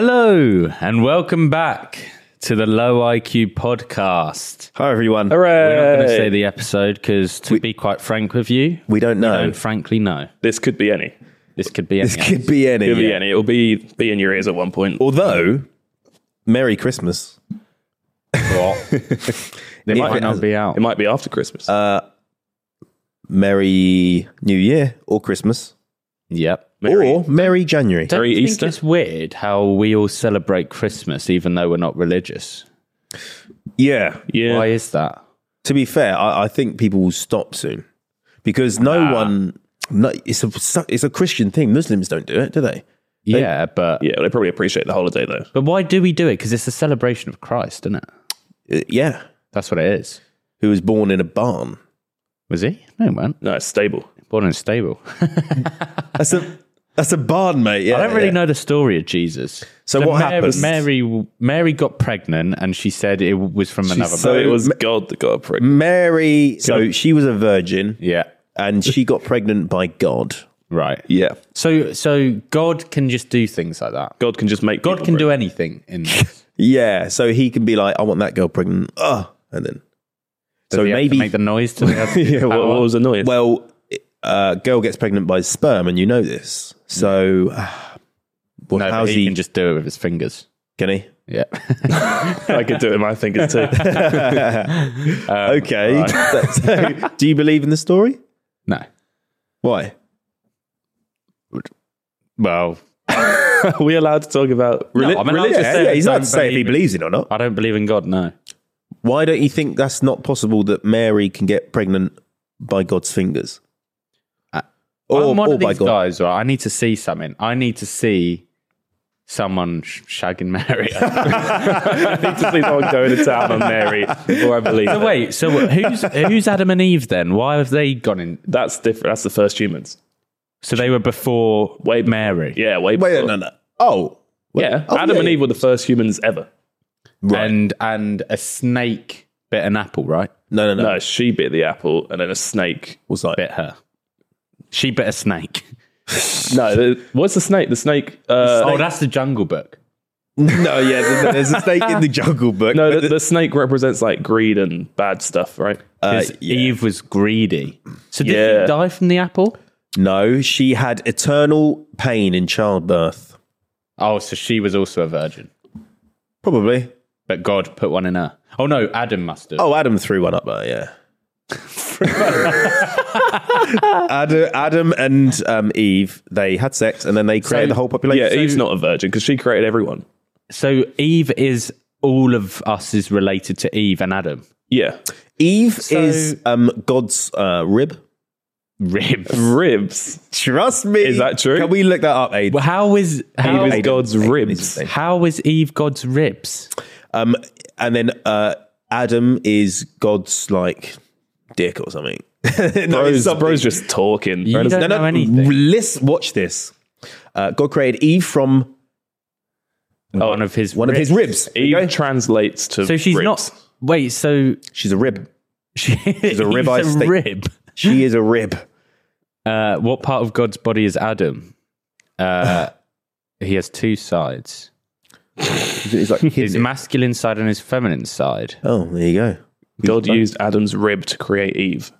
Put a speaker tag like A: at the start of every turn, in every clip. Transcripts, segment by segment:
A: Hello and welcome back to the Low IQ podcast.
B: Hi everyone.
A: We're not going to
C: Hooray.
A: say the episode because, to be quite frank with you,
B: We don't
A: I
B: know.
A: don't frankly know.
C: This could be any.
A: This could be.
B: This
A: anything.
B: could be any.
C: Could be any. It'll be be in your ears at one point.
B: Although, Merry Christmas.
A: It
B: If
A: might
B: it
A: not
B: has-
A: be out.
C: It might be after Christmas.
A: Uh,
B: Merry New Year or Christmas.
A: Yep.
B: Or Merry January.
A: Don't
C: Merry
A: you think
C: Easter.
A: it's weird how we all celebrate Christmas even though we're not religious?
B: Yeah.
C: yeah.
A: Why is that?
B: To be fair, I, I think people will stop soon because no
A: Ah.
B: one. No, it's a su- it's a Christian thing. Muslims don't do it, do they?
A: Yeah, but
C: yeah, they probably appreciate the holiday though.
A: but why do we do it? Because it's a celebration of Christ, isn't it?
B: Uh, yeah.
A: That's what it is.
B: Who was born in a barn?
A: Was he? No, he weren't.
C: No, it's stable.
A: Born in a stable.
B: That's a that's a barn, mate. Yeah,
A: I don't really
B: yeah.
A: know the story of Jesus.
B: So what
A: Mary,
B: happens?
A: Mary Mary got pregnant, and she said it was from another.
B: so-
C: So
A: man.
C: it was God that got a prick.
B: Mary. So she was a virgin,
A: yeah,
B: and she got pregnant by God.
A: right.
C: Yeah.
A: So so God can just do things like that.
C: God can just make
A: God can do anything. In this.
B: Yeah, so he can be like, I want that girl pregnant. Ugh. And then,
A: Does
B: so
A: he have to
B: maybe,
A: make the noise. To yeah,
C: What, what was the noise?
B: well, uh, girl gets pregnant by sperm, and you know this. So, ah, well,
A: no,
B: how's
A: but he,
B: he?
A: can just do it with his fingers.
B: can he?
A: Yeah,
C: I could do it in my fingers too.
A: Um,
B: okay. so, do you believe in the story?
A: no.
B: Why?
A: Well,
C: Are we allowed to talk about
A: No,
C: reli-
A: I'm allowed to
C: religion?
A: say-
B: Yeah, yeah, he's
A: don't
B: not to say if he
A: believe in-
B: believes it or not.
A: I don't believe in God. No,
B: Why don't you think that's not possible that Mary can get pregnant by God's fingers? or
A: I'm one
B: or
A: of
B: by
A: these
B: God?
A: guys. Right, I need to see something. I need to see someone sh- shagging Mary.
C: I need to see someone going to town on Mary before I believe.
A: So
C: it.
A: wait, so who's who's Adam and Eve then? Why have they gone in?
C: That's different. That's the first humans.
A: So they were before
C: Way-
A: Mary,
C: Yeah, way
B: Wait,
C: before.
B: no, no. Oh, wait.
C: Yeah,
B: Oh,
C: Adam
B: yeah,
C: and
B: yeah.
C: Eve were the first humans ever.
A: and and a snake bit an apple, right?
B: No, no, no.
C: No, she bit the apple, and then a snake.
B: Was like,
A: Bit her. She bit a snake.
C: No, the, what's the snake? The snake. Uh,
A: oh, that's the Jungle Book.
B: No, yeah, there's, there's a snake in the Jungle Book.
C: No,
B: but
C: the, the snake represents like greed and bad stuff, right?
A: 'Cause Eve was greedy. So did
C: Yeah.
A: he die from the apple?
B: the- no, she had eternal pain in childbirth.
A: Oh, so she was also a virgin,
B: Probably.
A: but God put one in her. Oh no, Adam must have.
B: Oh, Adam threw one up there. Yeah. Adam, Adam and um, Eve, they had sex and then they created
A: So-
B: the whole population.
C: yeah, Eve's not a virgin because she created everyone.
A: So Eve is all of us is related to Eve and Adam.
C: Yeah,
B: Eve is um, God's uh, rib.
A: Rib.
C: ribs.
B: Trust me.
C: Is that true?
B: Can we look that up, Aid?
A: Well, how is how
C: Eve is
B: Adam.
C: God's
B: Adam is
C: ribs.
B: his name.
A: How is Eve God's ribs?
B: Um, and then uh, Adam is God's like dick or something. no, it's
C: Bro's,
B: something.
C: bro's just talking.
A: You don't know anything.
B: Listen, watch this. Uh, God created Eve from
A: Oh, one of his
B: one of his ribs. There you
C: Eve
B: go.
C: translates to.
A: So she's
C: ribs.
A: not. Wait, so
B: She's a rib.
A: she, she's
B: a ribeye steak.
A: rib.
B: She is a rib.
A: Uh, what part of God's body is Adam? Uh, he has two sides:
B: It's like
A: his masculine side and his feminine side.
B: oh, there you go.
C: God used Adam's rib to create Eve.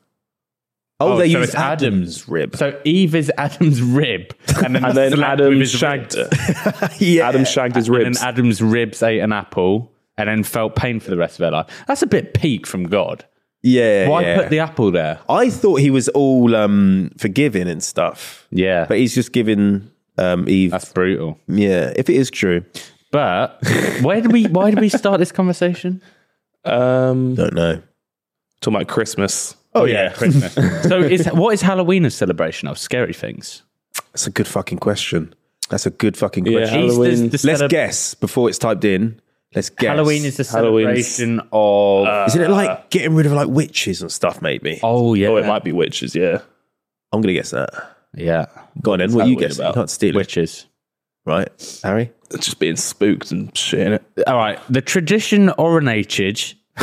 B: Oh, they
A: so
B: use
A: it's Adam's
B: rib.
A: So Eve is Adam's rib, and then,
C: And then
A: slept
C: Adam
A: with his
C: shagged
A: ribs.
C: her.
B: yeah.
C: Adam shagged his
A: And
C: ribs.
A: then Adam's ribs ate an apple, and then felt pain for the rest of her life. That's a bit peak from God.
B: yeah.
A: Why
B: yeah.
A: put the apple there?
B: I thought he was all um, forgiving and stuff,
A: Yeah,
B: but he's just giving um, Eve.
A: that's brutal.
B: yeah, if it is true,
A: But where did we? Why did we start this conversation?
C: Um,
B: don't know.
C: talking about Christmas.
B: Oh, yeah.
A: Christmas. so is what is Halloween a celebration of? Scary things.
B: That's a good fucking question. That's a good fucking
C: Yeah.
B: question.
C: Halloween.
A: the
B: Let's
A: celeb-
B: guess before it's typed in. Let's guess.
A: Halloween is the
C: Halloween's-
A: celebration of.
B: Isn't it like getting rid of like witches and stuff? Maybe
A: oh yeah,
C: Oh, it might be witches. Yeah,
B: I'm gonna guess that.
A: yeah.
B: Go on then. What are you
C: Halloween
B: guessing? You
C: about?
B: can't steal it,
A: Witches.
B: right, Harry?
C: it's just being spooked and shit. innit?
A: All right. The tradition originated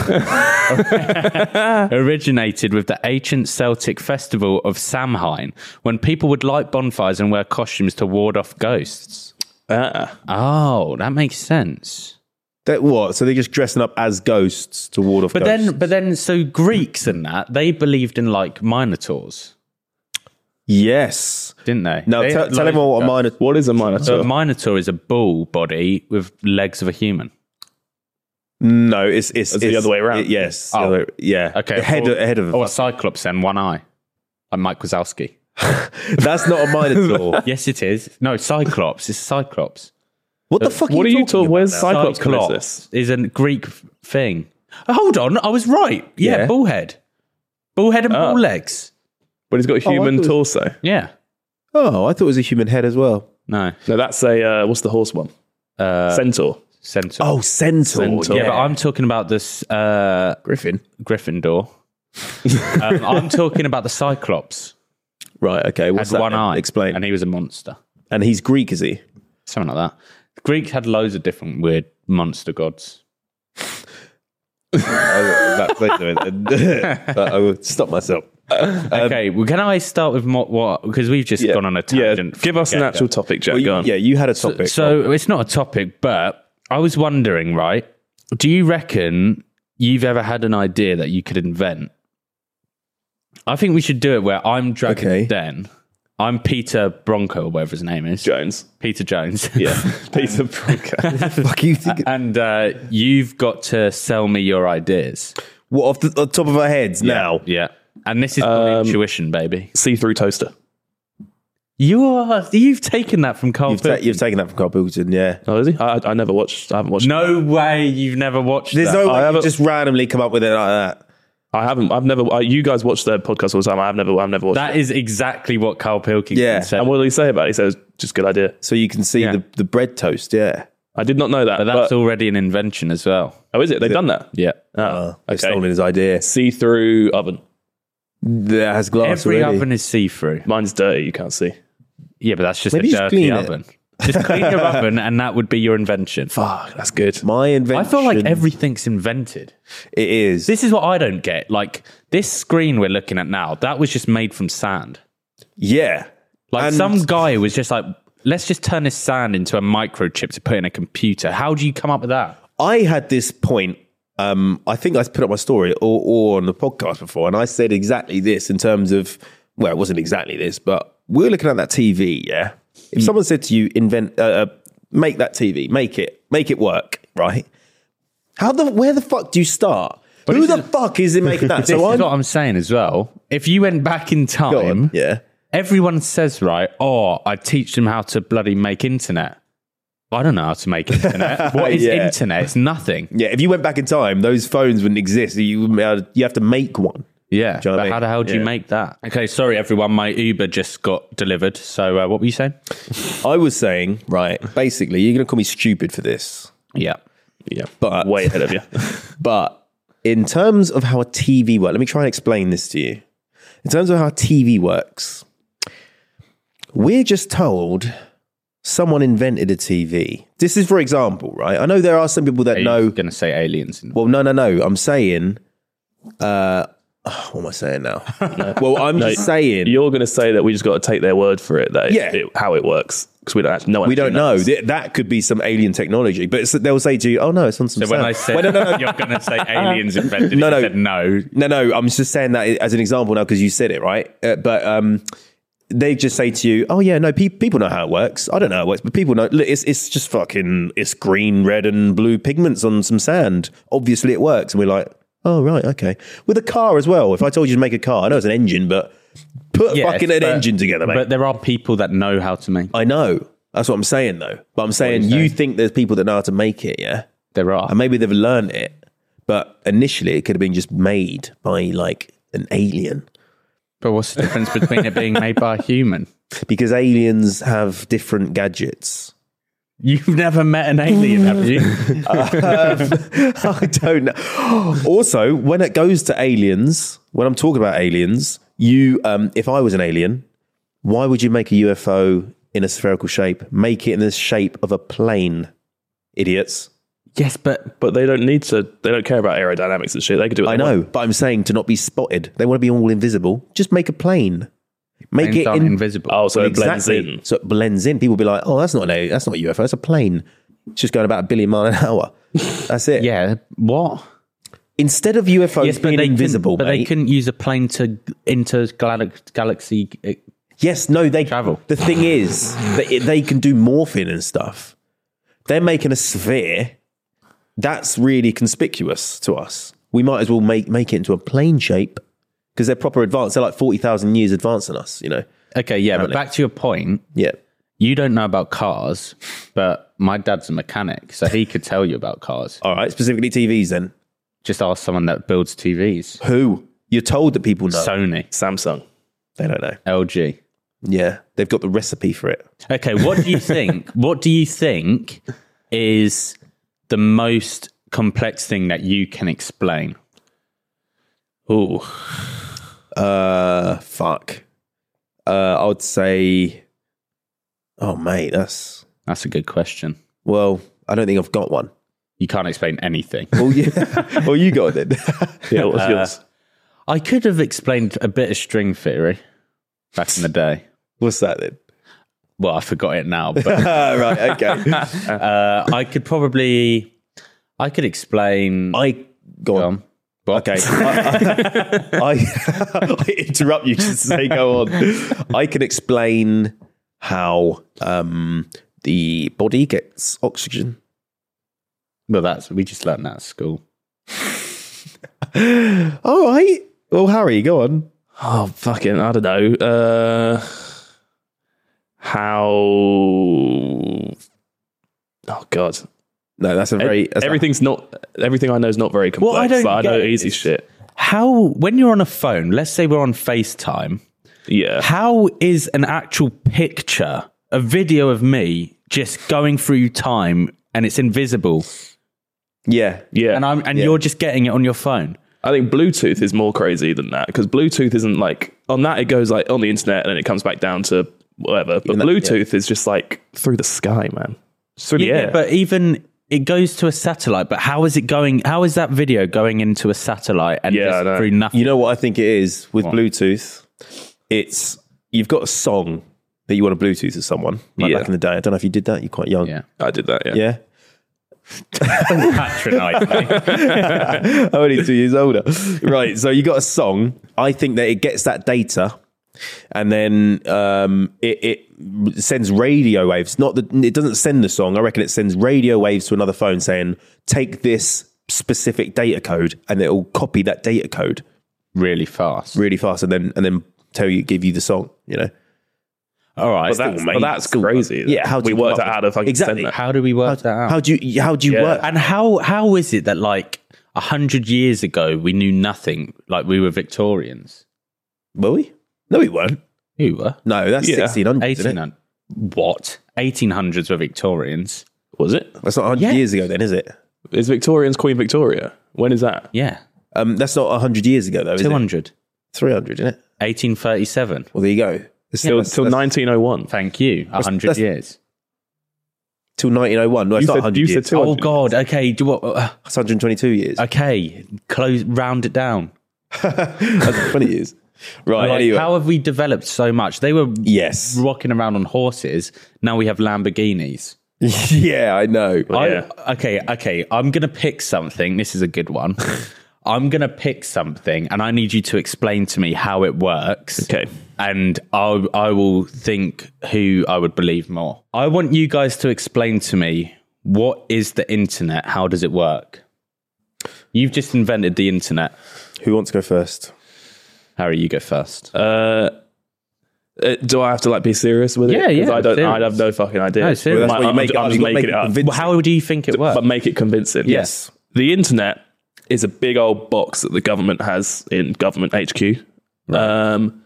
A: originated with the ancient Celtic festival of Samhain, when people would light bonfires and wear costumes to ward off ghosts.
C: Ah,
A: Oh, that makes sense.
B: That what? So they're just dressing up as ghosts to ward off.
A: But
B: ghosts.
A: then, but then, so Greeks and that they believed in like minotaurs,
B: yes.
A: didn't they?
B: Now
A: They
B: tell
A: had,
B: tell
A: like- Um,
B: everyone what a minor.
C: what is a
A: So
C: minotaur?
A: a minotaur is a bull body with legs of a human.
B: No, it's it's,
C: the
B: it's-
C: other way around.
B: it- yes.
A: Oh.
B: the other- yeah.
A: Okay, oh,
B: Ahead
A: or,
B: of, ahead of.
A: or a cyclops then one eye, like Mike Wazowski.
B: That's not a minotaur.
A: yes, it is. No, cyclops. It's cyclops.
B: what the fuck?
C: what are you
B: talking
C: talking? Where's
B: about now?
C: Cyclops? Colossus?
A: is a Greek f- thing. Oh, hold on, I was right. Yeah,
B: Yeah. Oh.
A: bullhead, bullhead and bull legs.
C: But he's got a human
B: thought-
C: torso.
A: Yeah,
B: Oh, I thought it was a human head as well.
A: no,
C: No, that's a uh, what's the horse one?
A: uh,
C: Centaur.
A: centaur.
B: Oh, centaur.
C: Centaur.
A: yeah, but I'm talking about this uh,
B: Griffin.
A: Gryffindor. um, I'm talking about the Cyclops.
B: Right. Okay.
A: Had
B: What's that?
A: one
B: then?
A: eye.
B: Explain.
A: And he was a monster.
B: and he's Greek, is he?
A: Something like that. The Greeks had loads of different weird monster gods.
B: I will stop myself.
A: okay, well, can I start with mo- what? Because we've just gone on a
C: Yeah,
A: tangent.
C: give us an
A: Yeah.
C: actual topic, Jack. Go on.
B: yeah, you had a topic.
A: So it's not a topic, but I was wondering, right? Do you reckon you've ever had an idea that you could invent? I think we should do it where I'm Dragon
B: Okay.
A: Den. I'm Peter Bronco, or whatever his name is.
C: Jones.
A: Peter Jones.
C: Yeah, Peter Bronco.
B: fuck you think?
A: and uh, you've got to sell me your ideas.
B: What off the, off the top of our heads now?
A: Yeah. And this is my intuition, baby.
C: See-through toaster.
A: You are, you've taken that from Carl
B: You've, ta- you've taken that from Carl Pilkington, yeah.
C: Oh, is he? I, I never watched. I haven't watched.
A: No way you've never watched
B: There's
A: that.
B: no
C: I
B: way you
C: haven't-
B: just randomly come up with it like that.
C: I haven't. I've never. I, you guys watch their podcast all the time. I've never. I've never watched.
A: that is exactly what Carl Pilkington
B: Yeah.
A: said.
C: and what did he say about it? He says, "Just good idea."
B: So you can see
A: Yeah.
B: the, the bread toast, yeah.
C: I did not know that.
A: But
C: But
A: that's already an invention as well.
C: oh, is it? They've done that.
A: Yeah.
B: Uh,
C: Oh,
B: They've stolen his idea.
C: See-through oven.
B: That has glass
A: Every
B: already.
A: oven is see through.
C: Mine's dirty. You can't see.
A: Yeah, but that's just
B: Maybe
A: a
B: just
A: dirty
B: clean it.
A: oven. Just clean your oven and that would be your invention.
C: Fuck, that's good.
B: My
A: I
B: invention.
A: feel like everything's invented.
B: It is.
A: This is what I don't get. Like this screen we're looking at now, that was just made from sand.
B: yeah.
A: Like
B: And-
A: some guy was just like, let's just turn this sand into a microchip to put in a computer. How do you come up with that?
B: I had this point. Um, I think I put up my story or, or on the podcast before, and I said exactly this in terms of well, it wasn't exactly this, but we were looking at that TV. Yeah, if
A: Mm.
B: someone said to you, invent, uh, uh, make that TV, make it, make it work, right? How the where the fuck do you start? Who the fuck is it making that?
A: This
B: so
A: is
B: I'm
A: what I'm saying as well. If you went back in
B: Go on.
A: time,
B: yeah.
A: everyone says, right, oh, I teach them how to bloody make internet. I don't know how to make internet. what is
B: Yeah.
A: internet? It's nothing.
B: Yeah, if you went back in time, those phones wouldn't exist. You wouldn't be able to- you have to make one.
A: Yeah.
B: you know what I
A: But
B: mean?
A: how the hell do you make that? Okay, sorry, everyone. My Uber just got delivered. So uh, what were you saying?
B: I was saying, right, basically, you're going to call me stupid for this,
A: Yeah.
C: Yeah,
B: but
C: way ahead of you.
B: But in terms of how a TV works, let me try and explain this to you. In terms of how TV works, we're just told someone invented a TV. This is for example, right? I know there are some people that know.
A: going to say aliens. In-
B: Well, no, no, no. I'm saying. Uh, what am I saying now? Well, I'm just saying.
C: You're going to say that we just got to take their word for it. That
B: Yeah.
C: it, how it works because we don't actually know.
B: we don't know. Th- That could be some alien technology, but it's- they'll say to you, "Oh no, it's on some."
A: so when
B: sand."
A: I said you're going to say aliens invented, it,
B: No,
A: you
B: no.
A: said no.
B: No, no, I'm just saying that as an example now because you said it, right? Uh, but um, they just say to you, "Oh yeah, no, pe- people know how it works. I don't know how it works, but people know. Look, it's it's just fucking it's green, red, and blue pigments on some sand. Obviously, it works." And we're like, "Oh right, okay." With a car as well. If I told you to make a car, I know it's an engine, but put
A: Yes,
B: fucking an
A: but-
B: engine together, mate.
A: But there are people that know how to make.
B: I know. That's what I'm saying though. But I'm saying you, think there's people that know how to make it, yeah?
A: There are.
B: And maybe they've learned it, but initially it could have been just made by like an alien.
A: But what's the difference between it being made by a human?
B: because aliens have different gadgets.
A: You've never met an alien, have you?
B: I don't know. Also, when it goes to aliens, when I'm talking about aliens, you, um, if I was an alien, why would you make a UFO in a spherical shape? Make it in the shape of a plane, idiots.
A: yes, but
C: But they don't need to. They don't care about aerodynamics and shit. They could do. It
B: I know, but I'm saying to not be spotted. They want to be all invisible. Just make a plane. Make
A: Names
B: it
A: aren't
B: in-
A: invisible.
C: Oh, so
B: Well,
C: it blends
B: exactly.
C: in.
B: So it blends in. People be like, "Oh, that's not a that's not a UFO. It's a plane. It's just going about a billion mile an hour. That's it."
A: yeah, what?
B: Instead of UFOs being
A: couldn't-
B: invisible,
A: but they
B: mate.
A: couldn't use a plane to intergalaxy galaxy. uh,
B: Yes, no, they
A: Travel.
B: The thing is, they, they can do morphing and stuff. They're making a sphere that's really conspicuous to us. We might as well make make it into a plane shape because they're proper advanced. They're like forty thousand years advanced than us. You know.
A: Okay, yeah, but
B: Apparently.
A: back to your point.
B: Yeah.
A: You don't know about cars, but my dad's a mechanic, so he could tell you about cars.
B: All right. Specifically TVs. Then
A: Just ask someone that builds TVs.
B: who you're told that people know?
A: Sony,
C: Samsung.
B: they don't know.
A: LG.
B: Yeah, they've got the recipe for it.
A: Okay, what do you think? what do you think is the most complex thing that you can explain? Ooh,
B: Uh, fuck. Uh, I would say. Oh, mate, that's
A: that's a good question.
B: well. I don't think I've got one.
A: You can't explain anything.
B: Well, yeah. well, you got it.
C: Yeah, what's yours?
A: I could have explained a bit of string theory back in the day.
B: What's that then?
A: Well, I forgot it now, but
B: Ah, right. Okay.
A: uh, I could probably, I could explain.
B: I go on.
A: Um, what?
B: Okay. I, I, I, I interrupt you just to say go on. I can explain how um, the body gets oxygen.
A: Well, that's we just learned that at school.
B: All right. Well, Harry, go on.
C: Oh, fucking, I don't know. Uh, how. Oh, God.
B: No, that's a very that's a-
C: Everything's not. Everything I know is not very complex.
A: I don't
C: but I know
A: get
C: easy
A: is-
C: shit.
A: How when you're on a phone, let's say we're on FaceTime,
C: Yeah.
A: how is an actual picture, a video of me just going through time and it's invisible,
B: yeah.
C: Yeah.
A: and I'm and
B: Yeah.
A: you're just getting it on your phone?
C: I think Bluetooth is more crazy than that because Bluetooth isn't like on that it goes like on the internet and then it comes back down to whatever. But
B: that-
C: Bluetooth is just like through the sky, man. It's through the air.
A: but even it goes to a satellite. But how is it going? How is that video going into a satellite and
C: Yeah, I know.
A: just through nothing?
B: You know what I think it is with Bluetooth? It's you've got a song that you want to Bluetooth to someone. Like
C: Yeah.
B: back in the day, I don't know if you did that. You're quite young.
A: Yeah.
C: I did that. Yeah.
B: Yeah.
A: Patronise me.
B: I'm only two years older. right. So you got a song. I think that it gets that data and then um, it, it sends radio waves. Not the, it doesn't send the song. I reckon it sends radio waves to another phone saying, take this specific data code and it'll copy that data code
A: really fast.
B: really fast and then and then tell you give you the song, you know.
A: All right.
C: But that's,
B: mate.
C: but that's crazy.
B: Yeah, how do
C: we
B: you
C: worked
B: come
C: out
B: up
C: how to fucking
B: Exactly.
C: send that.
A: how do we work that out?
B: How do you how do you
C: Yeah.
B: work?
A: and how how is it that like a hundred years ago we knew nothing? Like we were Victorians.
B: Were we? No, we weren't.
A: Who were?
B: No, that's
C: Yeah.
B: sixteen hundred.
A: Eighteen hundred. What? Eighteen hundreds were Victorians.
C: Was it?
B: That's not hundred
A: Yeah.
B: years ago, then, is it?
C: Is Victorians Queen Victoria? When is that?
A: Yeah.
B: Um, that's not hundred years ago, though. Is
A: Two
B: it?
A: hundred.
B: Three hundred, isn't it?
A: Eighteen thirty seven.
B: Well, there you go. It's
C: Till,
B: that's-
C: till
B: that's-
C: 1901.
A: Thank you. A hundred
B: that's-
A: years.
B: till 1901. No, it's
C: You
B: not
C: said-
B: 100
C: you
B: years.
C: said two-
A: Oh God. Okay. Do what? Uh,
B: It's 122 years.
A: okay. Close. Round it down.
B: That's 20 years. Right.
A: Like,
B: anyway.
A: How have we developed so much? They were
B: yes.
A: rocking around on horses. Now we have Lamborghinis.
B: yeah, I know.
A: I-
C: Yeah.
A: okay, okay. I'm gonna pick something. This is a good one. I'm gonna pick something, and I need you to explain to me how it works.
C: Okay.
A: And I I will think who I would believe more. I want you guys to explain to me what is the internet. How does it work? You've just invented the internet.
B: Who wants to go first?
A: Harry, you go first.
C: Uh, uh, do I have to like be serious with it?
A: Yeah,
C: 'Cause
A: yeah,
C: I don't.
A: serious.
C: I have no fucking idea.
A: No, serious. Well,
B: that's what
C: I'm-
B: you
C: I'm
B: make
C: ju-
B: it up.
C: I'm just
B: You've got to
C: making
B: make
C: it
B: it
C: up.
B: convincing.
A: well, how do you think it works?
C: but make it convincing.
B: Yes.
C: The internet is a big old box that the government has in government HQ. Um,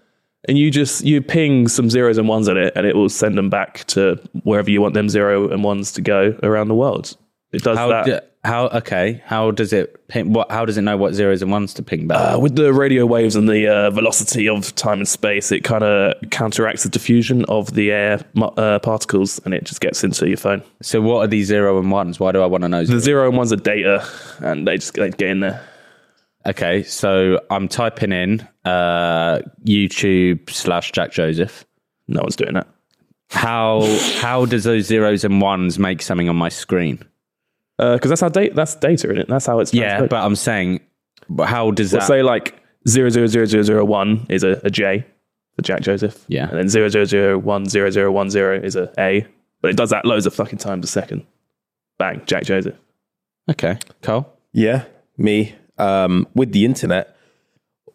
C: and you just you ping some zeros and ones at it and it will send them back to wherever you want them zero and ones to go around the world. It does
A: How
C: that.
A: do, how okay? How does it ping? What? How does it know what zeros and ones to ping back?
C: Uh, with the radio waves and the uh, velocity of time and space, it kind of counteracts the diffusion of the air mu- uh, particles, and it just gets into your phone.
A: so what are these zero and ones? Why do I want to know?
C: The zero and ones are data, and they just they get in there.
A: Okay, so I'm typing in uh, uh, YouTube slash Jack Joseph.
C: No one's doing that.
A: How how does those zeros and ones make something on my screen?
C: Because Uh, that's how data. That's data in it. That's how it's.
A: Yeah,
C: transferred.
A: but I'm saying, but how does that?
C: say like zero zero zero zero zero one is a, a J for Jack Joseph.
A: Yeah.
C: and then zero zero zero one zero zero one zero is a A. But it does that loads of fucking times a second. Bang, Jack Joseph.
A: okay, Cole.
B: Yeah, me. Um, with the internet,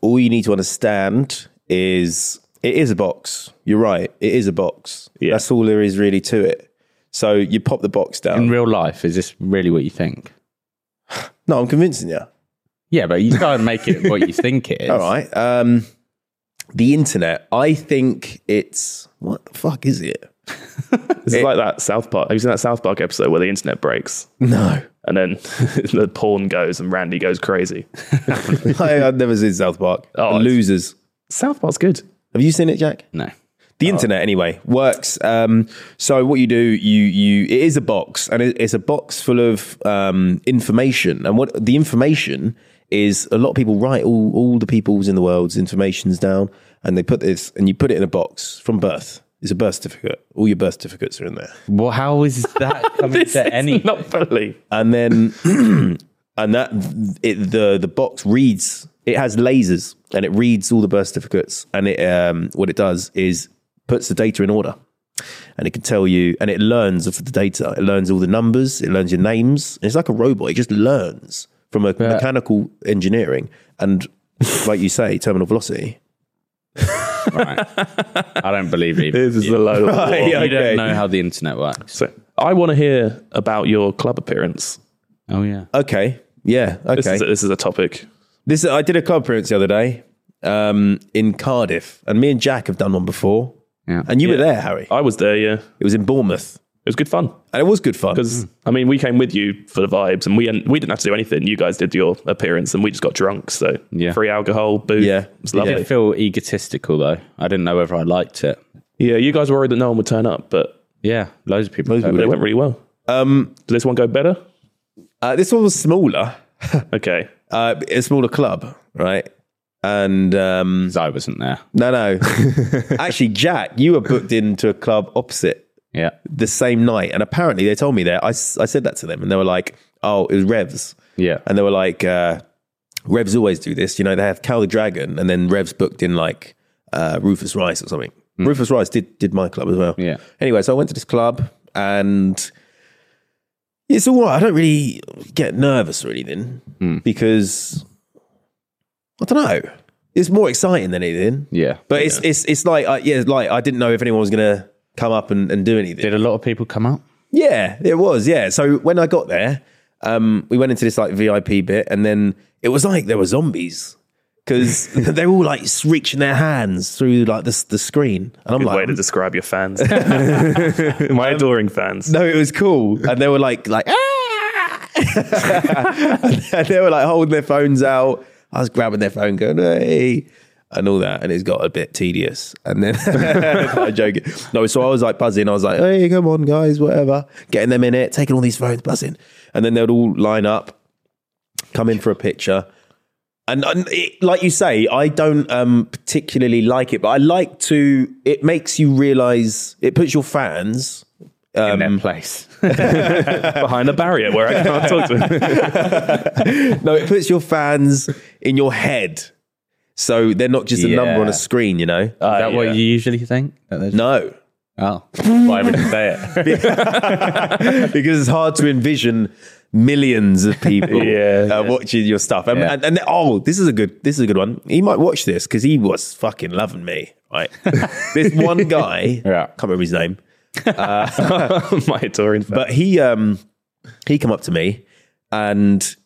B: all you need to understand is it is a box. You're right. It is a box.
C: Yeah.
B: That's all there is really to it. So you pop the box down.
A: In real life, is this really what you think?
B: no, I'm convincing you.
A: Yeah, but you gotta make it what you think it is.
B: All right. Um, the internet. I think it's what the fuck is it?
C: This is like that South Park. Have you seen that South Park episode where the internet breaks
B: No,
C: and then the porn goes and Randy goes crazy?
B: I, I've never seen South Park.
C: Oh,
B: The losers.
C: South Park's good.
B: Have you seen it, Jack?
A: No.
B: the internet anyway works um, so what you do you you it is a box and it, it's a box full of um, information and what the information is a lot of people write all, all the people's in the world's informations down and they put this and you put it in a box from birth it's a birth certificate all your birth certificates are in there
A: Well, how is that coming
C: This is
A: to any?
C: not fully.
B: and then and that it the the box reads it has lasers and it reads all the birth certificates and it um what it does is puts the data in order and it can tell you and it learns of the data it learns all the numbers it learns your names it's like a robot it just learns from a mechanical engineering and like you say terminal velocity
A: right. I don't believe it.
C: This is a load of
B: Right,
A: You
B: okay.
A: don't know how the internet works.
C: So I want to hear about your club appearance.
A: Oh yeah.
B: okay yeah okay
C: This, is, a, this is a topic.
B: This I did a club appearance the other day um, in Cardiff, and me and Jack have done one before.
A: Yeah.
B: And you were there, Harry.
C: I was there, yeah.
B: It was in Bournemouth,
C: It was good fun.
B: and it was good fun.
C: Because, I mean, we came with you for the vibes and we, hadn't- we didn't have to do anything. You guys did your appearance and we just got drunk. So
A: Yeah.
C: free alcohol, booze.
B: Yeah.
C: It was lovely.
A: I did feel egotistical though. I didn't know whether I liked it.
C: Yeah, you guys were worried that no one would turn up, but
A: Yeah, loads of people.
B: Loads of
A: don't
C: it
B: people
C: went really well.
B: Um,
C: Did this one go better?
B: Uh, this one was smaller,
C: Okay.
B: uh, a smaller club, right? And um,
A: because I wasn't there.
B: no, no, actually, Jack, you were booked into a club opposite
A: Yeah.
B: the same night, and apparently they told me that I, s- I said that to them, and they were like, "Oh, it was Revs."
A: Yeah.
B: and they were like, uh, Revs always do this. You know, they have Cal the Dragon, and then Revs booked in like uh, Rufus Rice or something. Rufus Rice did did my club as well.
A: Hmm. Yeah.
B: Anyway, so I went to this club, and it's all right. I don't really get nervous or anything
A: Hmm.
B: because I don't know. It's more exciting than anything.
A: Yeah.
B: But it's it's it's like I, yeah, like I didn't know if anyone was gonna come up and, and do anything.
A: Did a lot of people come out?
B: Yeah, it was. Yeah. So when I got there, um, we went into this like VIP bit, and then it was like there were zombies because they were all like reaching their hands through like the the screen, and I'm
C: Way
B: like,
C: to describe your fans. My adoring fans.
B: no, it was cool, and they were like like ah, and they were like holding their phones out. I was grabbing their phone, going hey. And all that, and it's got a bit tedious. And then I'm joking. No, so I was like buzzing. I was like, "Hey, come on, guys, whatever." Getting them in it, taking all these phones, buzzing, and then they'd all line up, come in for a picture. And, and it, like you say, I don't um, particularly like it, but I like to. It makes you realize. It puts your fans
A: In
B: Um,
A: their place.
C: Behind a barrier where I can't talk to them.
B: No, it puts your fans in your head, so they're not just a
A: Yeah. Ah.
B: number on a screen. You know?
A: Is that what
C: yeah.
A: you usually think? That there's-
B: no,
A: Oh. Why would you say it?
B: because it's hard to envision millions of people
C: Yeah.
B: uh, watching your stuff. And,
A: Yeah.
B: and, and oh, this is a good this is a good one. He might watch this because he was fucking loving me. Right, this one guy,
A: Yeah.
B: can't remember his name,
C: My adoring fans.
B: but he um he come up to me and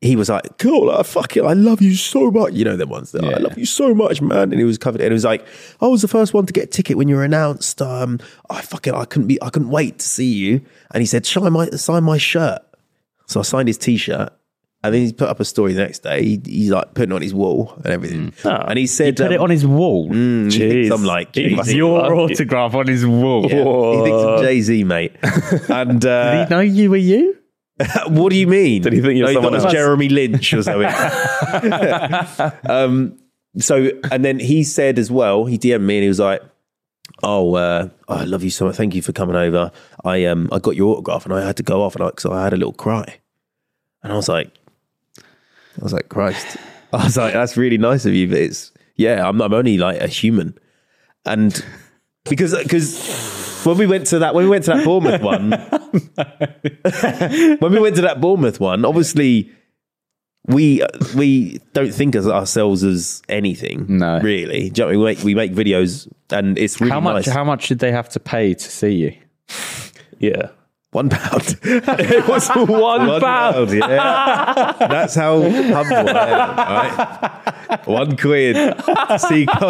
B: he was like, "Cool, I fucking I love you so much." You know them ones that I
A: Yeah.
B: love you so much, man. And he was covered, and he was like, "I was the first one to get a ticket when you were announced. Um, I fucking I couldn't be I couldn't wait to see you." And he said, "Shall I my, sign my shirt?" So I signed his t-shirt, and then he put up a story the next day. He, he's like putting it on his wall and everything,
A: Hmm.
B: and he said, um,
A: Put it on his wall.
B: Mm.
C: Jeez.
B: I'm like,
C: He-
B: Jesus.
A: Your
C: Well,
A: autograph on his wall.
B: He thinks I'm Jay Z, mate. and uh,
A: Did he know you were you?
B: What do you mean? Did
C: he think you're
B: no,
C: someone
B: thought it was
C: else?
B: Jeremy Lynch or something? um, so and then he said as well, he DM'd me and he was like, "Oh, uh, I love you so much. Thank you for coming over. I um, I got your autograph and I had to go off and I, cause I had a little cry." And I was like, I was like, Christ. I was like, that's really nice of you, but it's yeah, I'm I'm only like a human, and because because when we went to that when we went to that Bournemouth one, when we went to that Bournemouth one, obviously we we don't think of ourselves as anything.
A: No.
B: really. Do you know what I mean? we make we make videos, and it's really
A: How much?
B: nice.
A: How much did they have to pay to see you?
C: Yeah.
B: One pound. it was one,
C: pound.
B: Yeah, that's how humble I am. Right? One quid. See,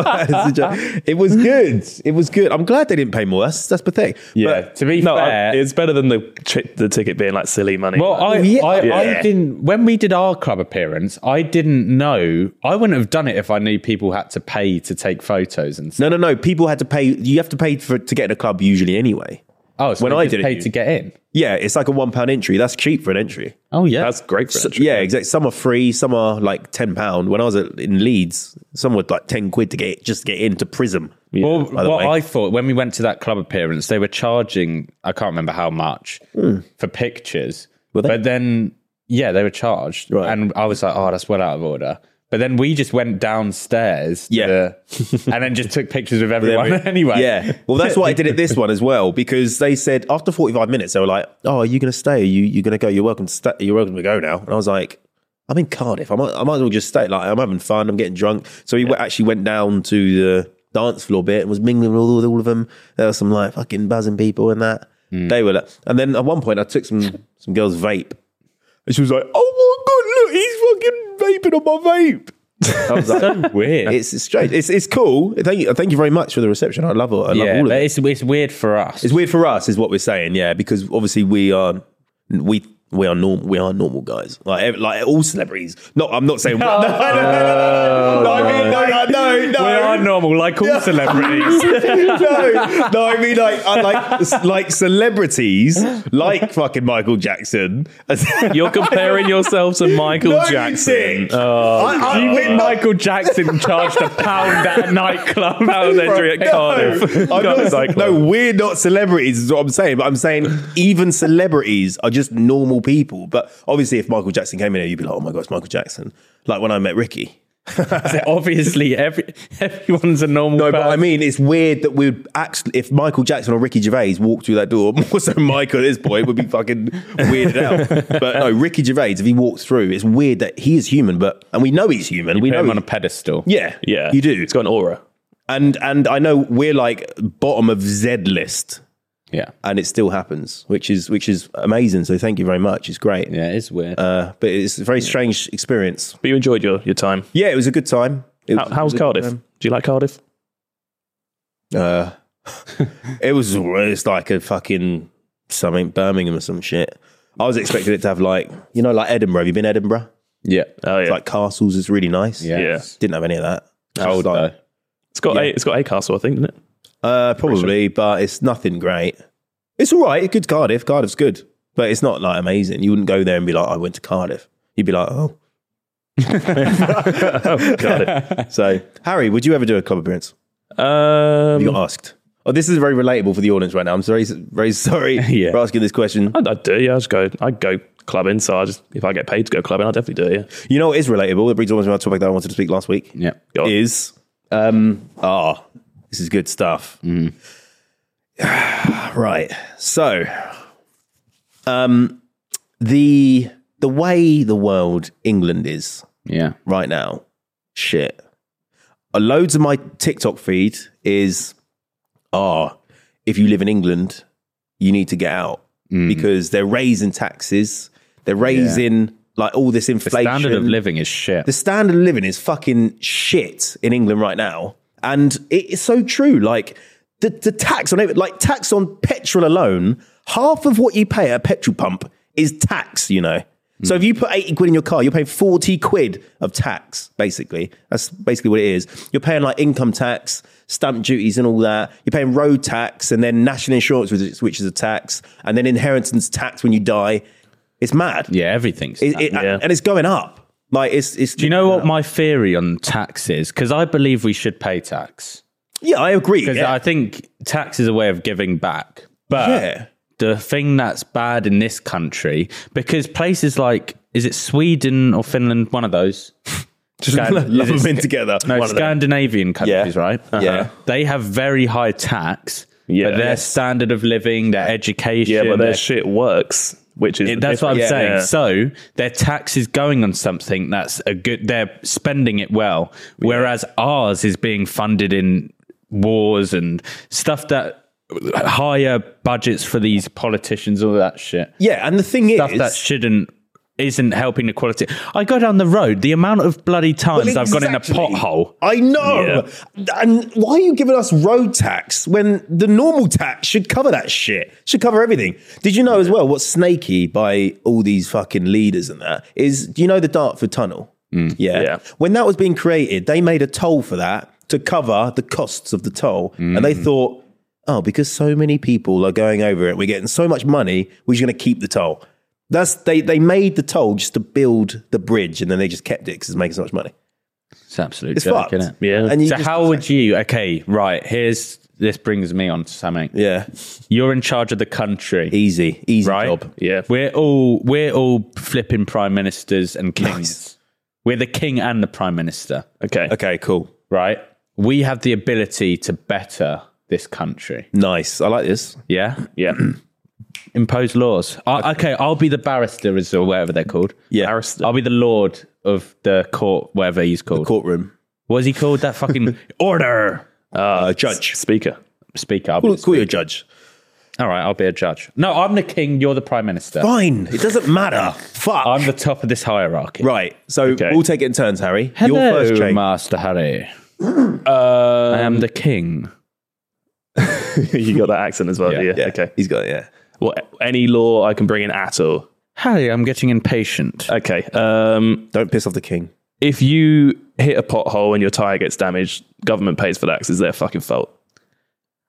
B: it was good. It was good. I'm glad they didn't pay more. That's that's pathetic.
A: Yeah.
B: But
A: to be
C: No, I-
A: fair,
C: it's better than the chi- the ticket being like silly money.
A: Well, I,
B: yeah.
A: I, I
B: Yeah.
A: didn't. When we did our club appearance, I didn't know. I wouldn't have done it if I knew people had to pay to take photos and stuff.
B: no, no, no. People had to pay. You have to pay for to get in a club usually anyway.
A: Oh, so
B: When
A: we
B: I
A: just
B: did it,
A: paid
B: you-
A: to get in.
B: Yeah, it's like a one pound entry. That's cheap for an entry.
A: Oh yeah,
C: that's great for
B: So-
C: entry.
B: yeah, exactly. Some are free, some are like ten pound. When I was at, in Leeds, some were like ten quid to get just to get into Prism.
A: Well,
B: by the
A: what
B: way.
A: I thought when we went to that club appearance, they were charging. I can't remember how much for pictures,
B: Hmm. Were they?
A: but then yeah, they were charged,
B: Right.
A: and I was like, oh, that's well out of order. But then we just went downstairs, to
B: Yeah.
A: the- and then just took pictures with everyone anyway.
B: Yeah. Well, that's why I did it this one as well because they said after 45 minutes they were like, "Oh, are you going to stay? Are you you going to go? You're welcome to stay. You're welcome to go now." And I was like, "I'm in Cardiff. I might I might as well just stay. Like I'm having fun. I'm getting drunk." So we actually went down to the dance floor bit and was mingling with all, with all of them. There were some like fucking buzzing people and that. They were like, and then at one point I took some some girl's vape and she was like, "Oh my god, look, he's fucking vaping on my vape." I was like,
A: weird.
B: it's it's strange. It's it's cool. Thank you. Thank you very much for the reception. I love it. I love
A: yeah,
B: all of
A: but
B: it.
A: it's it's weird for us.
B: It's weird for us, is what we're saying. Yeah, because obviously we are we we are normal we are normal guys. Like ev- like all celebrities. No, I'm not saying. no, no, no, no, no, no, no, no, I mean, no, no, no, no.
A: we are normal, like all celebrities.
B: no, no, I mean like I like like celebrities, like fucking Michael Jackson.
C: You're comparing yourself to Michael
B: No, you
C: Jackson.
B: dick. I- I-
A: you
B: we're
A: think
B: not-
A: Michael Jackson charged a pound at a nightclub?
C: Pound entry at
B: No,
C: Cardiff.
B: I'm
C: Got
B: not-
C: a cycle.
B: no, we're not celebrities, is what I'm saying. But I'm saying even celebrities are just normal people. But obviously, if Michael Jackson came in here, you'd be like, oh my God, it's Michael Jackson. Like when I met Ricky. "Oh,
A: Obviously, every everyone's a normal.
B: No, but
A: person.
B: I mean, it's weird that we'd actually, if Michael Jackson or Ricky Gervais walked through that door, more so Michael at this point would be fucking weirded out. But no, Ricky Gervais, if he walked through, it's weird that he is human, but, and we know he's human. we
A: put
B: know
A: him
B: he's-
A: on a pedestal.
B: yeah,
C: Yeah.
B: you do.
C: It's got an aura.
B: And and I know we're like bottom of Z list
A: yeah,
B: and it still happens, which is which is amazing. So thank you very much. It's great,
A: yeah. It's weird.
B: uh, but it's a very strange experience.
C: But you enjoyed your, your time.
B: Yeah, it was a good time. It
C: How,
B: was-
C: how's
B: it um, was a
C: Cardiff?
B: good
C: Do you like Cardiff?
B: time. Uh, it was it's like a fucking something Birmingham or some shit. I was expecting it to have like you know like Edinburgh. Have you been Edinburgh?
A: yeah,
C: Oh yeah.
B: It's like castles. It's really nice.
A: yeah.
C: yeah.
B: didn't have any of that.
A: Cold
B: It's like-
A: though.
C: it's got a it's got a castle, I think, didn't it?
B: Uh, probably, but it's nothing great. It's all right. Good Cardiff. Cardiff's good, but it's not like amazing. You wouldn't go there and be like, I went to Cardiff. You'd be like, oh. So, Harry, would you ever do a club appearance?
C: Um,
B: You got asked. Oh, this is very relatable for the audience right now. I'm very, very sorry
A: Yeah.
B: for asking this question.
C: I'd, I'd do. Yeah, I just go. I would go clubbing. So I just if I get paid to go clubbing, I will definitely do. it, Yeah.
B: You know what is relatable? It brings on to my topic that I wanted to speak last week.
A: Yeah.
C: Go on.
B: Is um ah, this is good stuff. right. So um the the way the world England is
A: Yeah.
B: right now, shit. Uh, loads of my TikTok feed is, ah, if you live in England, you need to get out
A: Mm.
B: because they're raising taxes. They're raising like all this inflation.
A: Standard of living is shit.
B: the standard of living is fucking shit in England right now. And it is so true. Like the, the tax on it, like tax on petrol alone, half of what you pay at a petrol pump is tax, you know. So if you put 80 quid in your car, you're paying 40 quid of tax, basically. That's basically what it is. You're paying like income tax, stamp duties and all that. You're paying road tax and then national insurance, which is, which is a tax, and then inheritance tax when you die. It's mad.
A: yeah, everything's.
B: It, it,
C: Yeah.
B: And it's going up. Like it's it's
A: Do you know what my theory on tax is? Because I believe we should pay tax.
B: Yeah, I agree.
A: Because uh,
B: Yeah.
A: I think tax is a way of giving back. But
B: Yeah.
A: the thing that's bad in this country, because places like, is it Sweden or Finland? One of those.
B: just
A: Scan-
B: lump
A: is it
B: them in
A: sc-
B: together.
A: No,
B: One of them.
A: Scandinavian countries,
B: Yeah.
A: right? Uh-huh.
B: Yeah.
A: They have very high tax,
C: Yeah.
A: but their
C: Yes.
A: standard of living, their education.
C: Yeah, but their
A: their-
C: shit works, which is the
A: that's what I'm
C: difference.
A: saying.
C: Yeah.
A: So their tax is going on something that's a good, they're spending it well, whereas ours is being funded in wars and stuff that higher budgets for these politicians, all that shit.
B: Yeah, and the thing
A: Stuff
B: is,
A: that shouldn't. Isn't helping the quality. I go down the road. The amount of bloody times
B: Well,
A: I've gone in a
B: exactly.
A: pothole.
B: I know. And why are you giving us road tax when the normal tax should cover that shit? Should cover everything. Did you know as well what's snaky by all these fucking leaders and that is do you know the Dartford Tunnel?
A: Mm.
B: Yeah.
C: Yeah.
B: When that was being created, they made a toll for that to cover the costs of the toll. And
A: Mm.
B: they thought, oh, because so many people are going over it, we're getting so much money, we're just gonna keep the toll. That's they they made the toll just to build the bridge and then they just kept it because it's making so much money.
A: It's absolute
B: It's
A: joke,
B: fucked.
A: isn't it?
C: Yeah.
B: And you
A: so
B: just-
A: how would you? Okay, right. Here's this brings me on to something.
B: Yeah.
A: You're in charge of the country,
B: Easy. Easy
A: right?
B: job.
C: Yeah.
A: We're all we're all flipping prime ministers and kings. We're the king and the prime minister,
C: Okay.
B: Okay, cool.
A: right? We have the ability to better this country.
B: Nice. I like this.
A: Yeah.
C: Yeah.
A: Impose laws. I, okay, I'll be the barrister is- or whatever they're called.
B: Yeah.
C: Barrister.
A: I'll be the lord of the court, whatever he's called.
B: Courtroom.
A: What is he called? That fucking order
B: Uh, judge.
C: Speaker.
A: speaker. I'll be
B: Call,
A: the
B: call you a judge.
A: All right, I'll be a judge. No, I'm the king. You're the prime minister.
B: Fine. It doesn't matter. Fuck.
A: I'm the top of this hierarchy.
B: right. So
C: Okay.
B: we'll take it in turns, Harry.
A: Hello,
B: Your first change.
A: Master Harry.
C: Uh,
A: I am the king.
C: you got that accent as well. Yeah.
B: Yeah.
C: Okay.
B: He's got it, yeah.
C: Well, any law I can bring in at all.
A: Harry, I'm getting impatient.
C: Okay. Um,
B: Don't piss off the king.
C: if you hit a pothole and your tire gets damaged, government pays for that 'cause it's their fucking fault.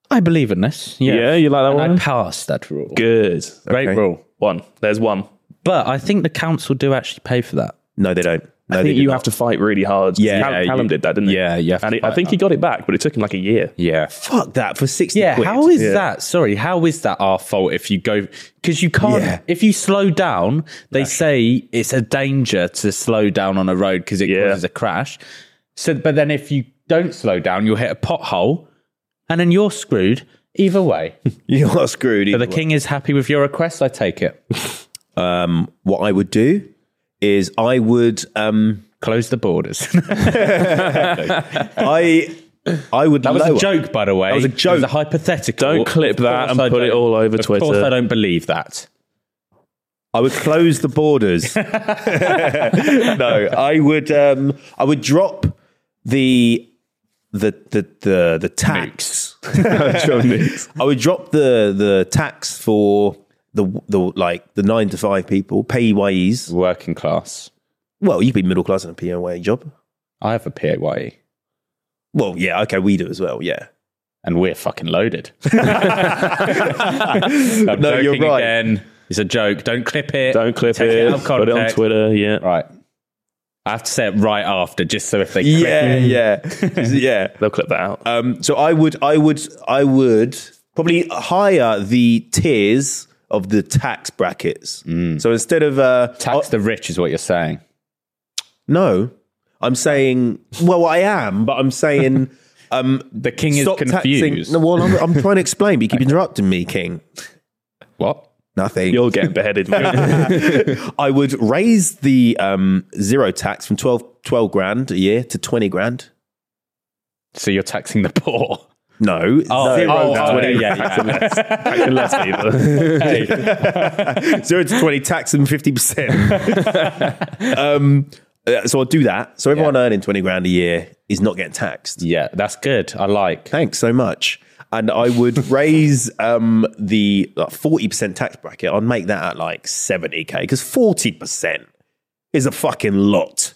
A: I believe in this. Yeah,
C: Yeah, you like that
A: And I
C: one?
A: passed that rule.
C: Good.
A: Great
B: Okay.
A: rule.
C: One. There's one.
A: But I think the council do actually pay for that.
B: No, they don't. No,
C: I
B: they
C: think
B: do
C: you
B: not.
C: have to fight really hard.
B: Yeah.
C: Cal-
A: Yeah,
C: Callum
A: you-
C: did that, didn't he?
A: yeah, you have to
C: And he, I
A: fight
C: think he
A: that.
C: got it back, but it took him like a year.
A: Yeah.
B: Fuck that for 60
A: Yeah,
B: quid.
A: how is
C: Yeah.
A: that? Sorry, how is that our fault if you go because you can't
B: Yeah.
A: if you slow down, they say it's a danger to slow down on a road because it
C: Yeah.
A: causes a crash. So but then if you don't slow down, you'll hit a pothole and then you're screwed either way.
B: You are screwed.
A: But
B: either
A: the king is happy with your request, I take it.
B: what I would do is I would um
A: Close the borders.
B: I I would
A: That was
B: lower.
A: a joke, by the way. That
B: was a
A: It was a
B: joke.
A: hypothetical.
C: Don't clip
A: Of
C: that
A: course
C: and
A: I
C: put
A: don't-
C: it all over
A: Of course I
C: Twitter.
A: don't believe that.
B: I would close the borders. no, I would. Um, I would drop the the the the, the tax. I would drop the the tax for the the like the nine to five people, PYEs.
A: Working class.
B: Well, you'd be middle class in a PYE job.
A: I have a E. PAYE.
B: Well, yeah, okay, we do as well. Yeah,
A: and we're fucking loaded. I'm
B: No, you're
A: joking
B: right.
A: Again. It's a joke. Don't clip it.
C: Don't clip
A: Take
C: it.
A: out of
C: put it on
A: context.
C: Twitter. Yeah.
A: Right. I have to say it right after, just so if they clip
B: yeah,
A: it.
B: yeah, yeah.
C: They'll clip that out.
B: Um, so I would, I would, I would probably higher the tiers of the tax brackets.
A: Mm.
B: So instead of uh,
A: tax the rich is what you're saying.
B: no, I'm saying, well, I am, but I'm saying
A: The king is
B: stop
A: confused.
B: taxing. No, well, I'm, I'm trying to explain, but you keep interrupting me, King.
A: What?
B: Nothing.
C: You'll get beheaded. mate.
B: I would raise the um, zero tax from 12, 12 grand a year to twenty grand.
A: So you're taxing the poor?
B: No, zero
A: oh,
B: to
A: oh,
B: twenty.
A: yeah, yeah.
C: Unless either.
B: zero to 20 tax and 50%. um, uh, so I'll do that. So everyone earning 20 grand a year is not getting taxed.
A: yeah, that's good. I like.
B: Thanks so much. And I would raise um, the like, 40% tax bracket. I'd make that at like 70K because 40% is a fucking lot.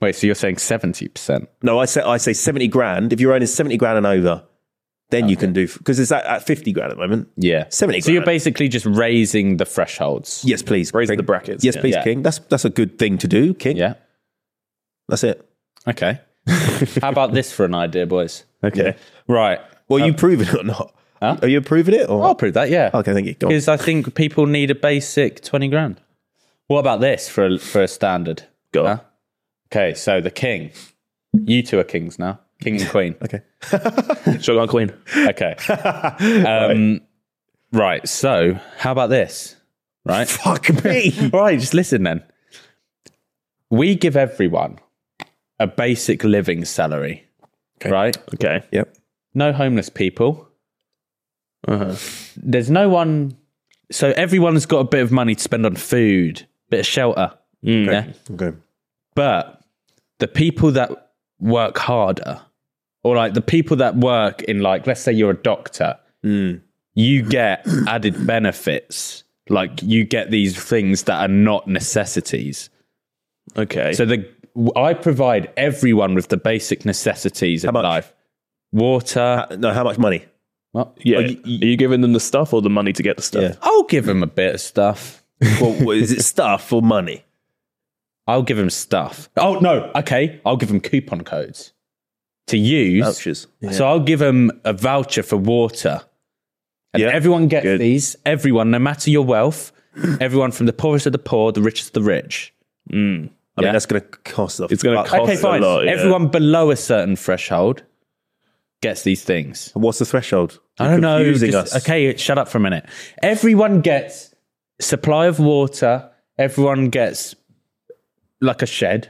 A: Wait, so you're saying 70%?
B: No, I say, I say 70 grand. If you're earning 70 grand and over, Then you can do because it's at, at fifty grand at the moment.
A: Yeah.
B: 70
A: So you're
B: grand.
A: basically just raising the thresholds.
B: Yes, please.
C: Raise
B: King.
C: the brackets,
B: Yes,
C: yeah.
B: please,
A: Yeah.
B: King. That's that's a good thing to do, King.
A: Yeah.
B: That's it.
A: Okay. How about this for an idea, boys?
B: Okay.
A: Right.
B: Well, you proving it or not?
A: Huh? Oh,
B: Are you approving it or?
A: I'll prove that, yeah.
B: okay, thank you. Go on.
A: Because I think people need a basic 20 grand. What about this for a, for a standard?
C: Go on.
A: Huh? Okay, so the king. You two are kings now. King and queen.
B: Okay.
C: Shogun Queen.
A: Okay. Um, right. So, how about this? Right.
B: Fuck me.
A: All right, just listen then. We give everyone a basic living salary, right?
C: Okay.
B: yep.
A: No homeless people.
C: Uh-huh.
A: There's no one. So everyone's got a bit of money to spend on food, bit of shelter. Yeah?
B: Okay.
A: But the people that work harder, or like the people that work in, like, let's say you're a doctor, you get added benefits. Like, you get these things that are not necessities.
C: Okay.
A: So the I provide everyone with the basic necessities of
B: much?
A: life: water.
B: Uh,
A: oh,
B: No, how much money?
A: What?
C: yeah. Are you, giving them the stuff or the money to get the stuff?
B: Yeah.
A: I'll give them a bit of stuff.
B: well, what- is it stuff or money?
A: I'll give them stuff. Oh no, okay. I'll give them coupon codes to use.
C: Oh,
B: Vouchers. Yeah.
A: So I'll give them a voucher for water, and
B: Yeah.
A: everyone gets
C: Good.
A: these. Everyone, no matter your wealth, everyone from the poorest of the poor, the richest of the rich.
B: I
A: Yeah.
B: mean, that's going to cost. a
C: It's gonna
B: fuck.
C: cost-
A: Okay,
C: Costs a
A: fine.
C: lot, yeah.
A: Everyone below a certain threshold gets these things.
B: What's the threshold?
A: I don't know.
B: Confusing
A: just-
B: us.
A: Okay, shut up for a minute. Everyone gets supply of water. Everyone gets like a shed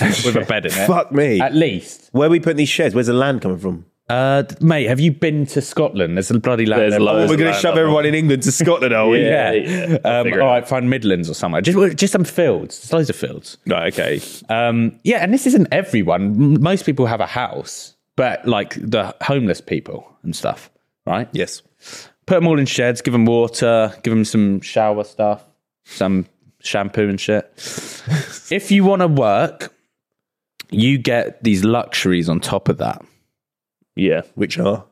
A: with a bed in it,
B: Fuck me.
A: at least.
B: Where are we putting these sheds? Where's the land coming from?
A: Uh, mate, have you been to Scotland? There's a bloody land.
C: There's
A: there.
C: loads.
B: Well, we're
C: the
B: going to
C: land
B: shove
C: up?
B: everyone in England to Scotland, are we?
A: Yeah.
C: yeah, yeah. I'll
A: Um,
C: figure
A: all
C: it
A: right, find Midlands or somewhere. Just, just some fields. There's loads of fields.
C: Right, okay.
A: Um, yeah, and this isn't everyone. M- Most people have a house, but like the homeless people and stuff, right?
B: Yes.
A: put them all in sheds, give them water, give them some shower stuff, some shampoo and shit. if you want to work, you get these luxuries on top of that.
C: Yeah.
B: Which are?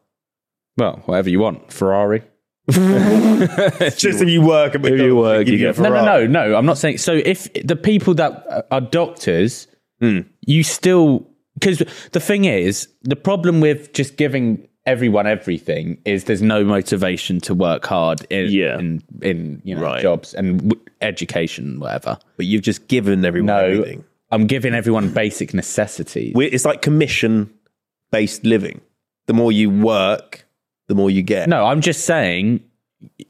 A: Well, whatever you want, Ferrari.
B: Just if you work. If
C: you work, you get-
A: No, no, no, no. I'm not saying. So if the people that are doctors,
C: Hmm.
A: you still because the thing is the problem with just giving everyone everything is there's no motivation to work hard in
C: Yeah.
A: in, in you know
C: Right.
A: jobs and w- education whatever.
B: But you've just given everyone
A: No,
B: everything.
A: I'm giving everyone basic necessities.
B: We're, it's like commission-based living. The more you work, the more you get.
A: no, I'm just saying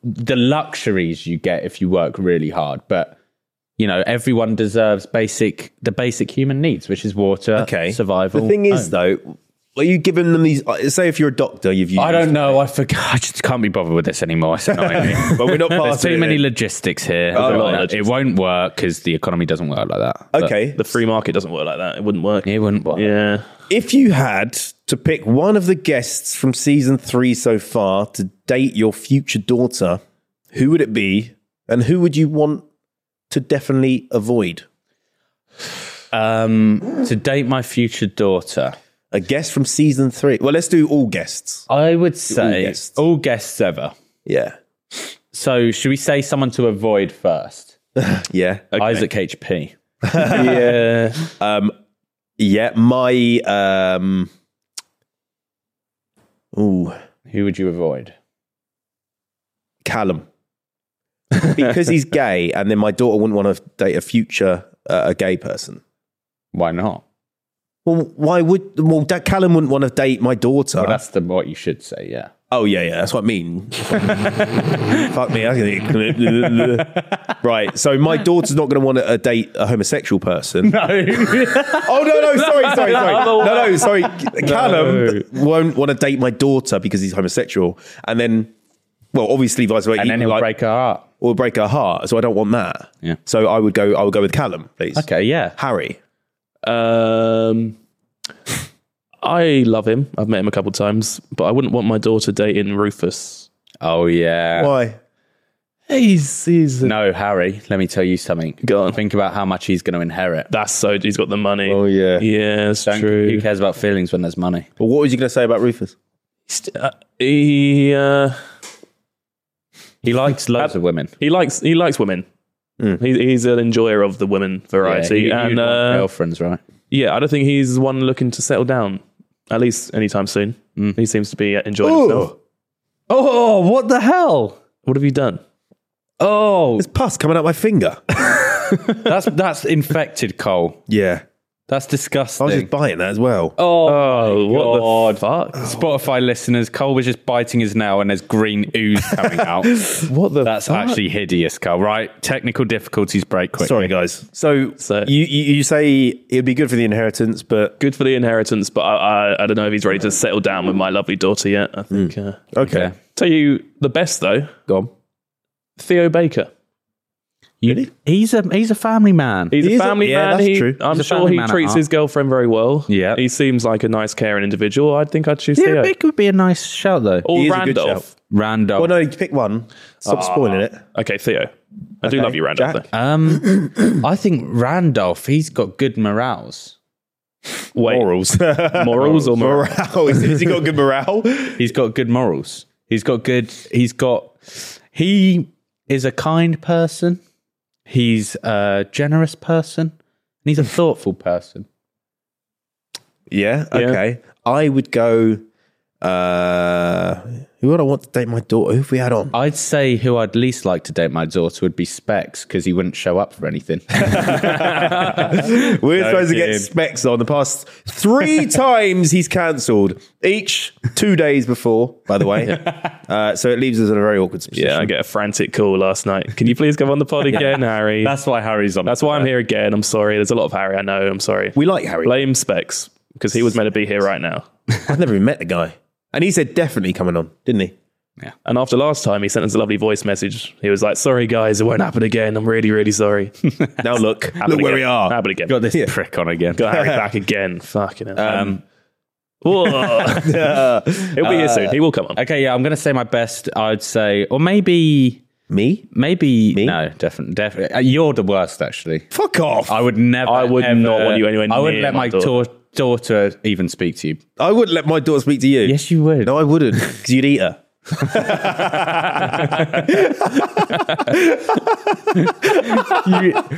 A: the luxuries you get if you work really hard, but you know everyone deserves basic the basic human needs, which is water,
B: Okay.
A: survival.
B: The thing is,
A: home.
B: though, are you giving them these? uh, Say, if you're a doctor, you've used.
A: I don't know. I forgot. I just can't be bothered with this anymore. It's annoying me.
B: But we're not
A: There's
B: passing
A: too
B: it
A: many
B: in.
A: logistics here.
B: Oh,
A: It won't-
C: logistics.
A: It won't work because the economy doesn't work like that. But
B: Okay.
C: The free market doesn't work like that. It wouldn't work.
A: It wouldn't work.
C: Yeah.
B: If you had to pick one of the guests from season three so far to date your future daughter, who would it be, and who would you want to definitely avoid?
A: Um, to date my future daughter,
B: A guest from season three. Well, let's do all guests.
A: I would say
B: guests.
A: all guests ever.
B: Yeah,
A: So should we say someone to avoid first?
B: yeah,
A: Isaac HP.
C: Yeah.
B: yeah. My um. Ooh.
A: Who would you avoid?
B: Callum because he's gay, and then my daughter wouldn't want to date a future uh, a gay person.
A: Why not?
B: Well, why would well da- Callum wouldn't want to date my daughter?
A: Well, that's the what you should say. Yeah.
B: oh yeah, yeah, that's what I mean. Fuck me, I can- right. So my daughter's not going to want to uh, date a homosexual person.
A: No.
B: Oh no, no, sorry, sorry, sorry. No, no, sorry. Callum won't want to date my daughter because he's homosexual, and then. Well, obviously, vice versa.
A: and then he'll
B: like,
A: break her heart.
B: or break her heart. So I don't want that.
A: Yeah.
B: So I would go. I would go with Callum, please.
A: Okay. Yeah.
B: Harry.
C: Um, I love him. I've met him a couple of times, but I wouldn't want my daughter dating Rufus.
A: Oh yeah.
B: Why?
C: He's he's
A: No, Harry, let me tell you something.
C: Go on.
A: Think about how much he's going to inherit.
C: that's so he's got the money.
B: yeah.
C: Oh, yeah, that's
A: Don't-
C: true.
A: Who cares about feelings when there's money?
B: But what was you going to say about Rufus?
C: St- uh, he uh,
A: He likes loads of women.
C: he likes he likes women. He, he's an enjoyer of the women variety,
A: you- you'd
C: and
A: want
C: uh,
A: girlfriends, right?
C: yeah, I don't think he's one looking to settle down at least anytime soon. He seems to be uh, enjoying himself.
A: Oh, what the hell?
C: What have you done?
A: Oh,
B: There's pus coming out my finger.
A: that's that's infected, Cole.
B: yeah.
A: That's
B: I
A: disgusting.
B: was just buying that as well.
A: oh,
C: Oh, what the fuck?
A: Spotify listeners, Cole was just biting his nail, and there's green ooze coming out.
C: What the?
A: That's actually hideous, Cole. Right? Technical difficulties break quick.
B: Sorry, guys. So,
C: So-
B: you, you, you say it'd be good for the inheritance, but
C: good for the inheritance, but I, I, I don't know if he's ready to settle down with my lovely daughter yet. I think. Uh,
B: okay.
A: Okay.
C: tell you the best though,
B: Gone.
C: Theo Baker.
A: You, he's a he's a family man.
C: He's
B: He
C: a
B: is a-
C: family
B: yeah,
C: man.
B: that's
C: he,
B: true.
C: I'm
A: He's a
C: sure
A: family
C: he
A: man at
C: treats
A: heart.
C: his girlfriend very well.
A: Yeah.
C: he seems like a nice, caring individual. I think I'd choose
A: yeah,
C: Theo
A: Big would be a nice shout though.
C: or
B: He is a good
C: Randolph.
A: Randolph.
B: Well, no, you pick one. Stop spoiling it.
C: Okay, Theo. I do love you, Randolph.
B: Jack?
C: though.
A: Um, I think Randolph. He's got good morals.
C: Wait,
B: Morals.
C: morals or morals?
B: morale. Has he got good morale?
A: He's got good morals. He's got good. He's got. He is a kind person. He's a generous person. And he's a thoughtful person.
B: Yeah. Okay. I would go. Uh, who would I want to date my daughter? Who have we had on?
A: I'd say who I'd least like to date my daughter would be Specs because he wouldn't show up for anything.
B: We're supposed to get
A: kidding.
B: specs on the past three times he's cancelled, each two days before, by the way. uh, so it leaves us in a very awkward position.
C: Yeah, I get a frantic call last night. Can you please come on the pod again, Harry? That's,
A: why Harry's on.
C: why I'm here again. I'm sorry. There's a lot of Harry. I know. I'm sorry.
B: We like Harry.
C: blame Specs because he was meant to be here right now.
B: I've never even met the guy. And he said definitely coming on, didn't he?
C: And after last time, he sent us a lovely voice message. He was like, "Sorry guys, it won't happen again. I'm really, really sorry."
B: Now look, look where we are.
C: Happen again.
A: Got this prick on again.
C: Got Harry back again. Fucking hell. Um, Whoa. He'll be here
B: Uh,
C: soon. He will come on.
A: Okay, yeah, I'm gonna say my best. I'd say, or maybe,
B: Me?
A: maybe no, definitely, definitely. you're the worst, actually.
B: Fuck off.
A: I
B: I,
A: would never.
C: I would
A: ever-
C: not want you anywhere
A: I wouldn't
C: near
A: let my
C: my
A: daughter. daughter even speak to you.
B: wouldn't let my daughter speak to you.
A: Yes, you would.
B: No, I wouldn't, because you'd eat her.
A: you,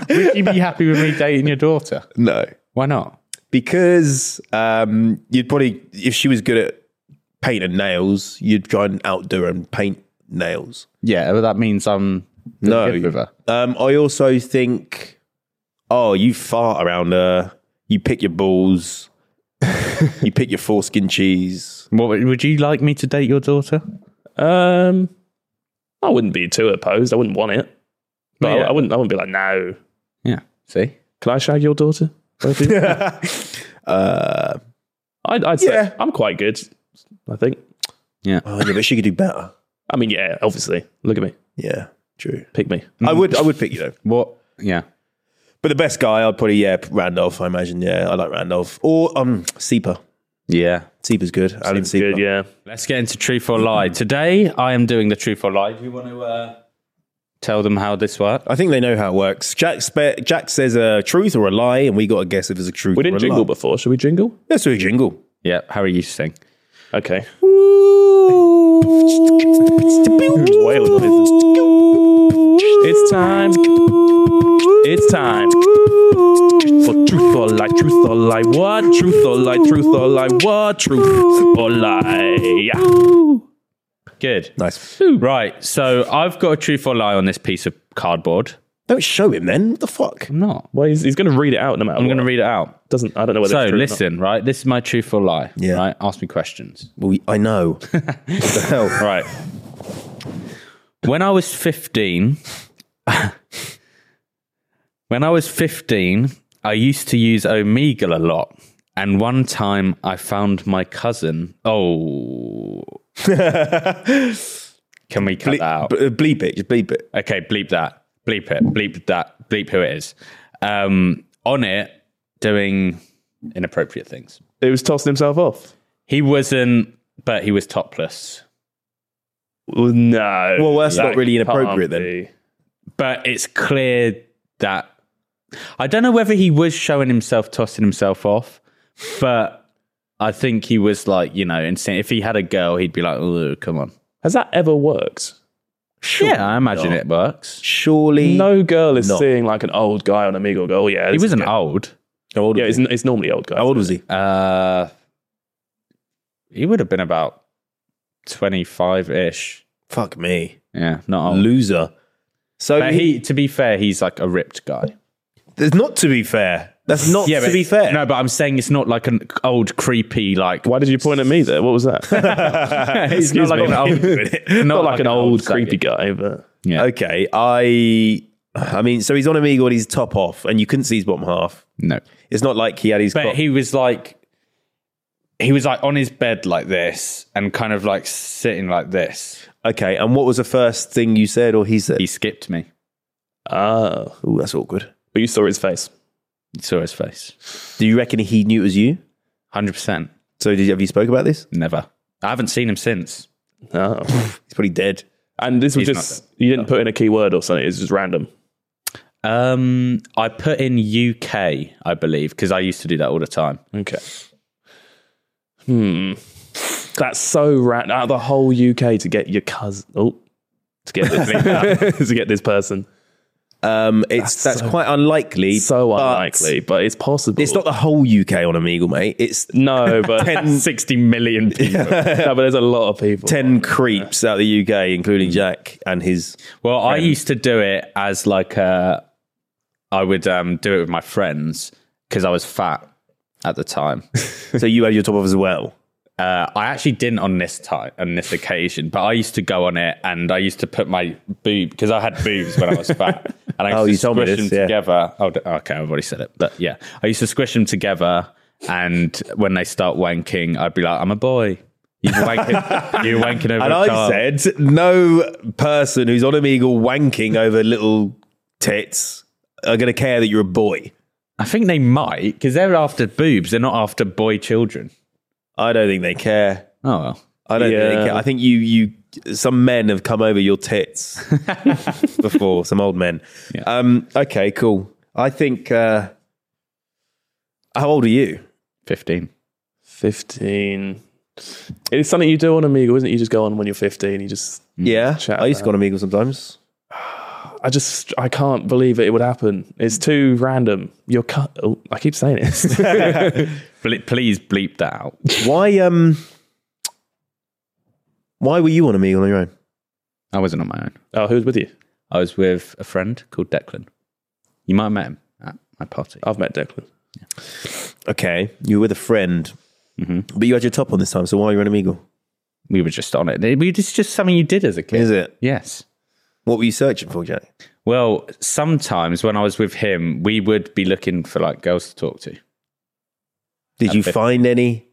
A: would you be happy with me dating your daughter?
B: No.
A: Why not?
B: Because um, you'd probably, if she was good at paint and nails, you'd try and outdo her and paint nails.
A: Yeah, well, that means I'm
B: No.
A: good with her.
B: Um, I also think, oh, you fart around her. You pick your balls. you pick your foreskin cheese.
A: What, would would you like me to date your daughter?
C: Um, I wouldn't be too opposed. I wouldn't want it, but I,
A: Yeah.
C: I wouldn't. I wouldn't be like, "No,
A: Yeah. See,
C: can I shag your daughter?" Both of you?
B: Uh,
C: I'd, I'd say
B: Yeah.
C: I'm quite good. I think.
B: oh, yeah, but she could do better.
C: I mean, yeah, obviously. Look at me.
B: Yeah, true.
C: Pick me.
B: I would, I would pick you though.
A: what? Yeah.
B: But the best guy, I'd probably yeah, Randolph. I imagine yeah, I like Randolph or um Seeper.
A: Yeah.
B: Seeper's good. Alan Seeper.
C: Good, yeah.
A: Let's get into truth or lie. Today, I am doing the truth or lie. Do you want to uh, tell them how this works?
B: I think they know how it works. Jack spe- Jack says a truth or a lie, and we got to guess if it's a truth.
C: We didn't
B: or a
C: jingle
B: lie.
C: before. Should we jingle?
B: Let's do a jingle.
A: Yeah. Harry, you sing.
C: Okay. Whale noises. It's time. It's time. For truth or lie, truth or lie, what? Truth or lie, truth or lie, what? Truth or lie. Yeah.
A: Good.
B: Nice.
A: Right. So I've got a truth or lie on this piece of cardboard.
B: Don't show him then. What the fuck?
A: I'm not.
C: Well, he's, he's going to read it out no matter
A: I'm
C: what.
A: going to read it out.
C: Doesn't, I don't know whether
A: So
C: it's true or not.
A: listen, right? This is my truth or lie.
B: Yeah.
A: Right? Ask me questions.
B: Well, I know. what the hell?
A: All right. when I was 15, when I was 15, I used to use Omegle a lot. And one time I found my cousin. Oh. Can we cut
B: Ble-
A: that out?
B: b- uh, bleep it. Just bleep it.
A: Okay, bleep that. Bleep it. Bleep that. Bleep who it is. Um, on it, doing inappropriate things.
C: He was tossing himself off.
A: He wasn't, but he was topless.
C: Well, no.
B: Well, that's
C: That
B: not really
C: can't
B: inappropriate then.
C: be.
A: But it's clear that I don't know whether he was showing himself, tossing himself off, but I think he was like, you know, insane. If he had a girl, he'd be like, oh, come on.
C: Has that ever worked?
A: Sure. Yeah, I imagine it works.
B: Surely,
C: No girl is
B: Not.
C: seeing like an old guy on Amigo. Go, oh yeah,
A: He
C: this is
A: wasn't
C: good."
A: old.
B: How old,
C: Yeah,
B: was
C: it's,
B: he?
C: it's normally old guys.
B: How old was he?
A: Uh, he would have been about 25 ish.
B: Fuck me,
A: Yeah, not old.
B: loser. So
A: But he, to be fair, he's like a ripped guy.
B: That's not to be fair. That's not to
A: but-
B: be fair.
A: No, but I'm saying it's not like an old creepy like.
C: Why did you point at me there? What was that? not,
A: It's not like an old, not,
C: like, an, old, creepy guy, but
A: Yeah.
B: Okay, I. I mean, so he's on Amigo and he's top off, and you couldn't see his bottom half.
A: No,
B: It's not like he had his.
A: but
B: cock-
A: he was like, he was like on his bed like this and kind of like sitting like this.
B: okay, and what was the first thing you said, or he said?
A: He skipped me.
C: oh,
B: Oh, that's awkward.
C: but you saw his face.
A: You saw his face.
B: Do you reckon he knew it was you?
A: Hundred percent.
B: So did you, have you spoke about this?
A: Never. I haven't seen him since.
C: Oh.
B: He's probably dead.
C: And this was
A: He's
C: just you didn't put in a keyword or something. It's just random.
A: Um, I put in UK, I believe, because I used to do that all the time.
C: Okay. Hmm. That's so random. Out of the whole UK to get your cousin. Oh, to get this, to get this person.
B: Um, it's that's, quite unlikely.
C: So
B: but
C: unlikely, but it's possible.
B: It's not the whole UK on Amigo, mate. It's
C: No, but
A: Sixty million people.
C: no, but there's a lot of people.
B: ten creeps out the UK,
C: Mm.
B: including Jack and his.
A: Well, I used to do it as like a, I would um, do it with my friends because I was fat at the time.
B: so you had your top off as well.
A: uh, I actually didn't on this time on this occasion, but I used to go on it and I used to put my boob because I had boobs when I was fat, and I used
B: Oh,
A: to
B: you told me
A: squish
B: this,
A: them
B: yeah.
A: together. Oh, d- okay, I've already said it, but yeah, I used to squish them together, and when they start wanking, I'd be like, "I'm a boy." You're wanking, you're wanking over
B: And
A: a
B: I
A: child.
B: said, no person who's on Amigo wanking over little tits are going to care that you're a boy.
A: I think they might because they're after boobs; they're not after boy children.
B: I don't think they care.
A: Oh well.
B: I don't think
C: Yeah.
B: they care. I think you, you, some men have come over your tits before, some old men. Um, okay, cool. I think, uh, how old are you?
A: 15.
C: 15. It's something you do on Amigo, isn't it? You just go on when you're 15. You just,
B: Yeah.
C: Mm, Chat
B: I used to go on Amigo sometimes.
C: I just, I can't believe it, it would happen. It's too random. Your cut. Oh, I keep saying it.
A: Ble- please bleep that out.
B: Why, um, why were you on Amigo on your own?
A: I wasn't on my own.
C: oh, who's with you?
A: I was with a friend called Declan. You might have met him at my party.
C: I've met Declan.
B: Okay. You were with a friend,
C: Mm-hmm.
B: but you had your top on this time. So why are you on Amigo?
A: We were just on it. It- we- It's just something you did as a kid.
B: Is it?
A: Yes.
B: What were you searching for, Jack?
A: Well, sometimes when I was with him, we would be looking for like girls to talk to.
B: Did you find any?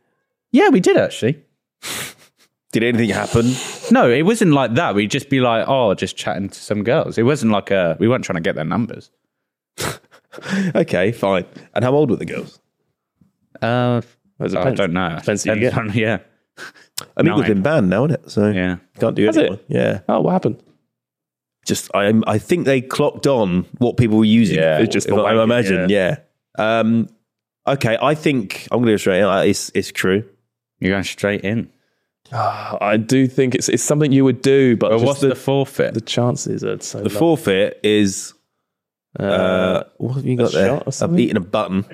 A: Yeah, we did actually.
B: Did anything happen?
A: No, it wasn't like that. We'd just be like, oh, just chatting to some girls. It wasn't like a, we weren't trying to get their numbers.
B: okay, fine. And how old were the girls?
A: Uh,
C: There's a
A: I
C: pen.
A: don't know.
C: Depends who you
A: Depends on- yeah.
B: Amigos
A: Nine.
B: been banned now, isn't it? So
A: Yeah.
B: can't do it
C: Has it?
B: anymore. Yeah,
C: Oh, what happened?
B: just I I think they clocked on what people were using.
A: Yeah,
B: for,
A: it's
C: just
B: if
C: for
B: I, I
C: wanking,
B: imagine. Yeah. Um. Okay, I think I'm going to go straight. out. It's it's true.
A: You're going straight in.
C: Ah, I do think it's it's something you would do, but,
A: But
C: just
A: what's
C: the,
A: the,
C: the,
A: forfeit?
C: chances are so
B: The forfeit is. Uh, what have you got there?
C: shot or
B: I've
C: something?
B: eaten a button.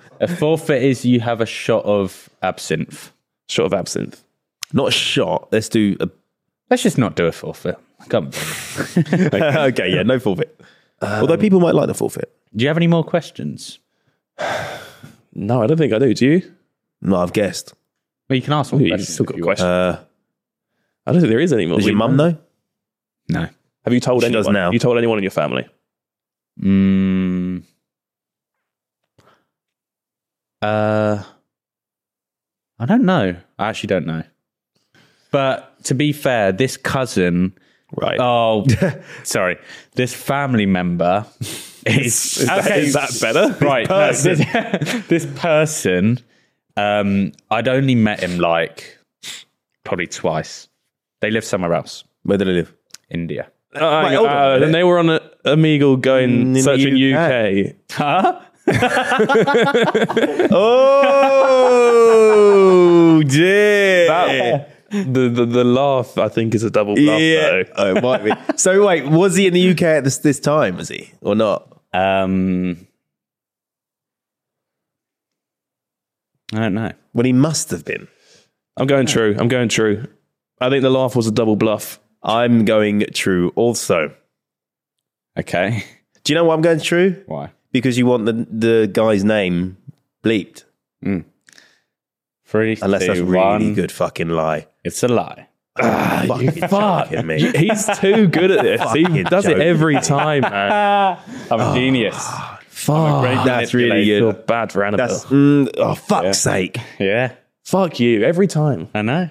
A: a forfeit is you have a shot of absinthe.
C: short of absinthe.
B: Not a shot. Let's do a.
A: Let's just not do a forfeit. I can't be bothered.
B: okay, yeah, no forfeit. Although people might like the forfeit.
A: Do you have any more questions?
C: No, I don't think I do. Do you?
B: No, I've guessed.
A: Well, you can ask one
C: Ooh, You've
A: question.
C: still
A: if
C: got
A: you want.
C: questions.
B: Uh,
C: I don't think there is any more.
B: does your
C: We-
B: mum know?
A: No.
C: Have you told
B: She
C: anyone?
B: does now.
C: You told anyone in your family?
A: Mm. Uh, I don't know. I actually don't know. But to be fair, this cousin,
B: Right.
A: oh, sorry, this family member is, okay,
C: Is that better?
A: right no, this, this person um i'd only met him like probably twice they live somewhere else
B: Where do they live?
A: india
C: Uh, hang
B: hold on a
C: on, uh,
B: minute.
C: and they were on a, Amigo going
B: in the
C: searching
B: UK.
C: UK.
A: huh
B: Oh dear.
C: the, the the laugh I think is a double bluff
B: yeah.
C: though.
B: Oh, it might be. So wait, was he in the UK at this this time? Was he or not?
A: Um, I don't know.
B: Well, he must have been.
C: I'm going true. I'm going true. I think the laugh was a double bluff.
B: I'm going true. Also,
A: Okay.
B: do you know why I'm going true?
A: Why?
B: Because you want the the guy's name bleeped.
A: Three,
B: Unless that's
A: two,
B: a
A: one.
B: really good fucking lie.
A: It's a lie.
B: Fucking joking me.
C: He's too good at this. He
B: Fucking
C: does it
B: joke.
C: every time, man.
A: I'm
B: Ah.
A: a genius.
B: Fuck, that's really
C: I feel
B: good.
C: bad for Annabelle.
B: That's mm, oh fuck's sake.
A: Yeah,
C: Fuck you every time.
A: I know.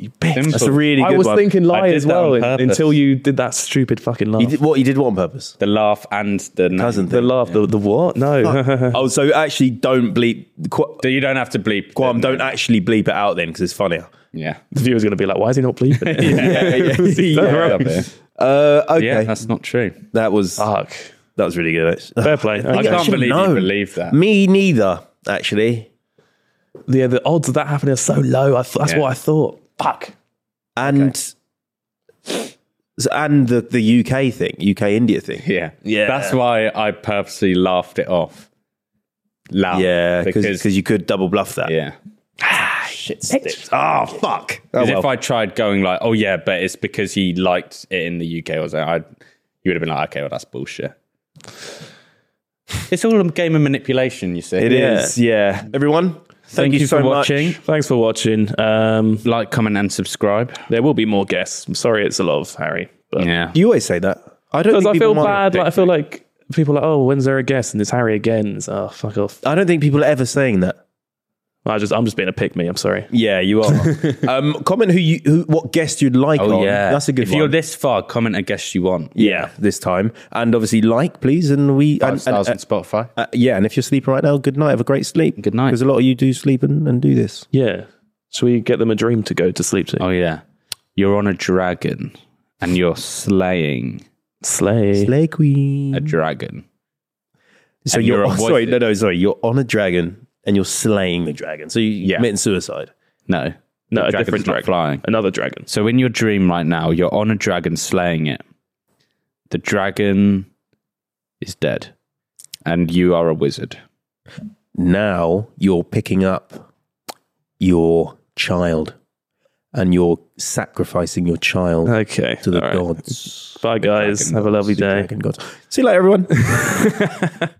C: You
B: That's a really good
C: I was
B: one.
C: thinking
A: I
C: lie
A: did
C: as
A: that on
C: well un-
A: purpose.
C: until you did that stupid fucking laugh.
B: You did, what you did what on purpose?
A: The laugh and the name.
B: Cousin
C: the
B: thing.
C: laugh, the, the what? No.
B: Oh, so actually, don't bleep. Qu-
A: So you don't have to bleep.
B: Guam,
A: them.
B: don't actually bleep it out then because it's funnier.
A: Yeah.
C: the viewer's going to be like, why is he not bleeping? it?
B: yeah.
A: Up here.
B: Uh, okay,
A: Yeah, that's not true.
B: that was
C: Fuck.
B: that was really good. actually.
C: Fair play.
A: I
C: Okay.
A: can't
B: should've
A: believe you
B: known.
A: believe that.
B: Me neither, actually.
C: Yeah, the odds of that happening are so low. I th- that's
A: Yeah.
C: what I thought. Fuck.
B: And so- and the the UK thing, UK India thing.
A: Yeah.
B: Yeah.
A: That's why I purposely laughed it off. Loud.
B: Yeah,
A: Because,
B: because you could double bluff that.
A: yeah.
B: Oh fuck! Oh,
A: 'Cause
B: well.
A: if I tried going like, oh yeah, but it's because he liked it in the UK or something, I'd, you would have been like, okay, well, that's bullshit. It's all a game of manipulation, you see.
B: It is, yeah. Everyone, thank,
A: Thank
B: you,
A: you
B: so
A: for
B: much.
A: watching.
C: Thanks for watching. Um,
A: Like, comment, and subscribe.
C: there will be more guests. I'm sorry it's a lot of Harry. But
A: Yeah.
B: You always say that. I don't.
C: Because
B: Think
C: I
B: people
C: feel
B: mind.
C: bad. Like, I feel like people are like, oh, when's there a guest? And it's Harry again. It's, oh, fuck off.
B: I don't think people are ever saying that.
C: I just, I'm just being a pick me. I'm sorry.
B: Yeah, you are. um, comment who you who, what guest you'd like.
A: Oh
B: on.
A: yeah,
B: that's a good.
A: If
B: one.
A: you're this far, comment a guest you want.
B: yeah, this time, and obviously like, please, and we and,
A: Five
B: and-
A: stars on Spotify.
B: uh, yeah, and if you're sleeping right now, good night. Have a great sleep.
A: Good night.
B: Because a lot of you do sleep and, and do this.
C: Yeah. Should we get them a dream to go to sleep
B: Uh,
C: to?
A: Oh yeah, you're on a dragon and you're slaying
C: Slay.
B: Slay queen.
A: a dragon.
B: so
A: and
B: you're,
A: you're a
B: oh,
A: voice-
B: sorry, no, no, sorry. You're on a dragon and you're slaying the dragon. So you're committing suicide.
A: No,
C: No, a
A: dragon's
C: different
A: not
C: dragon.
A: flying.
C: Another dragon.
A: So in your dream right now, you're on a dragon slaying it. The dragon is dead, and you are a wizard.
B: Now you're picking up your child, and you're sacrificing your child
C: Okay.
B: to the
C: All right.
B: gods.
C: Bye, guys. Have a lovely day.
B: Dragon gods. See you later, everyone.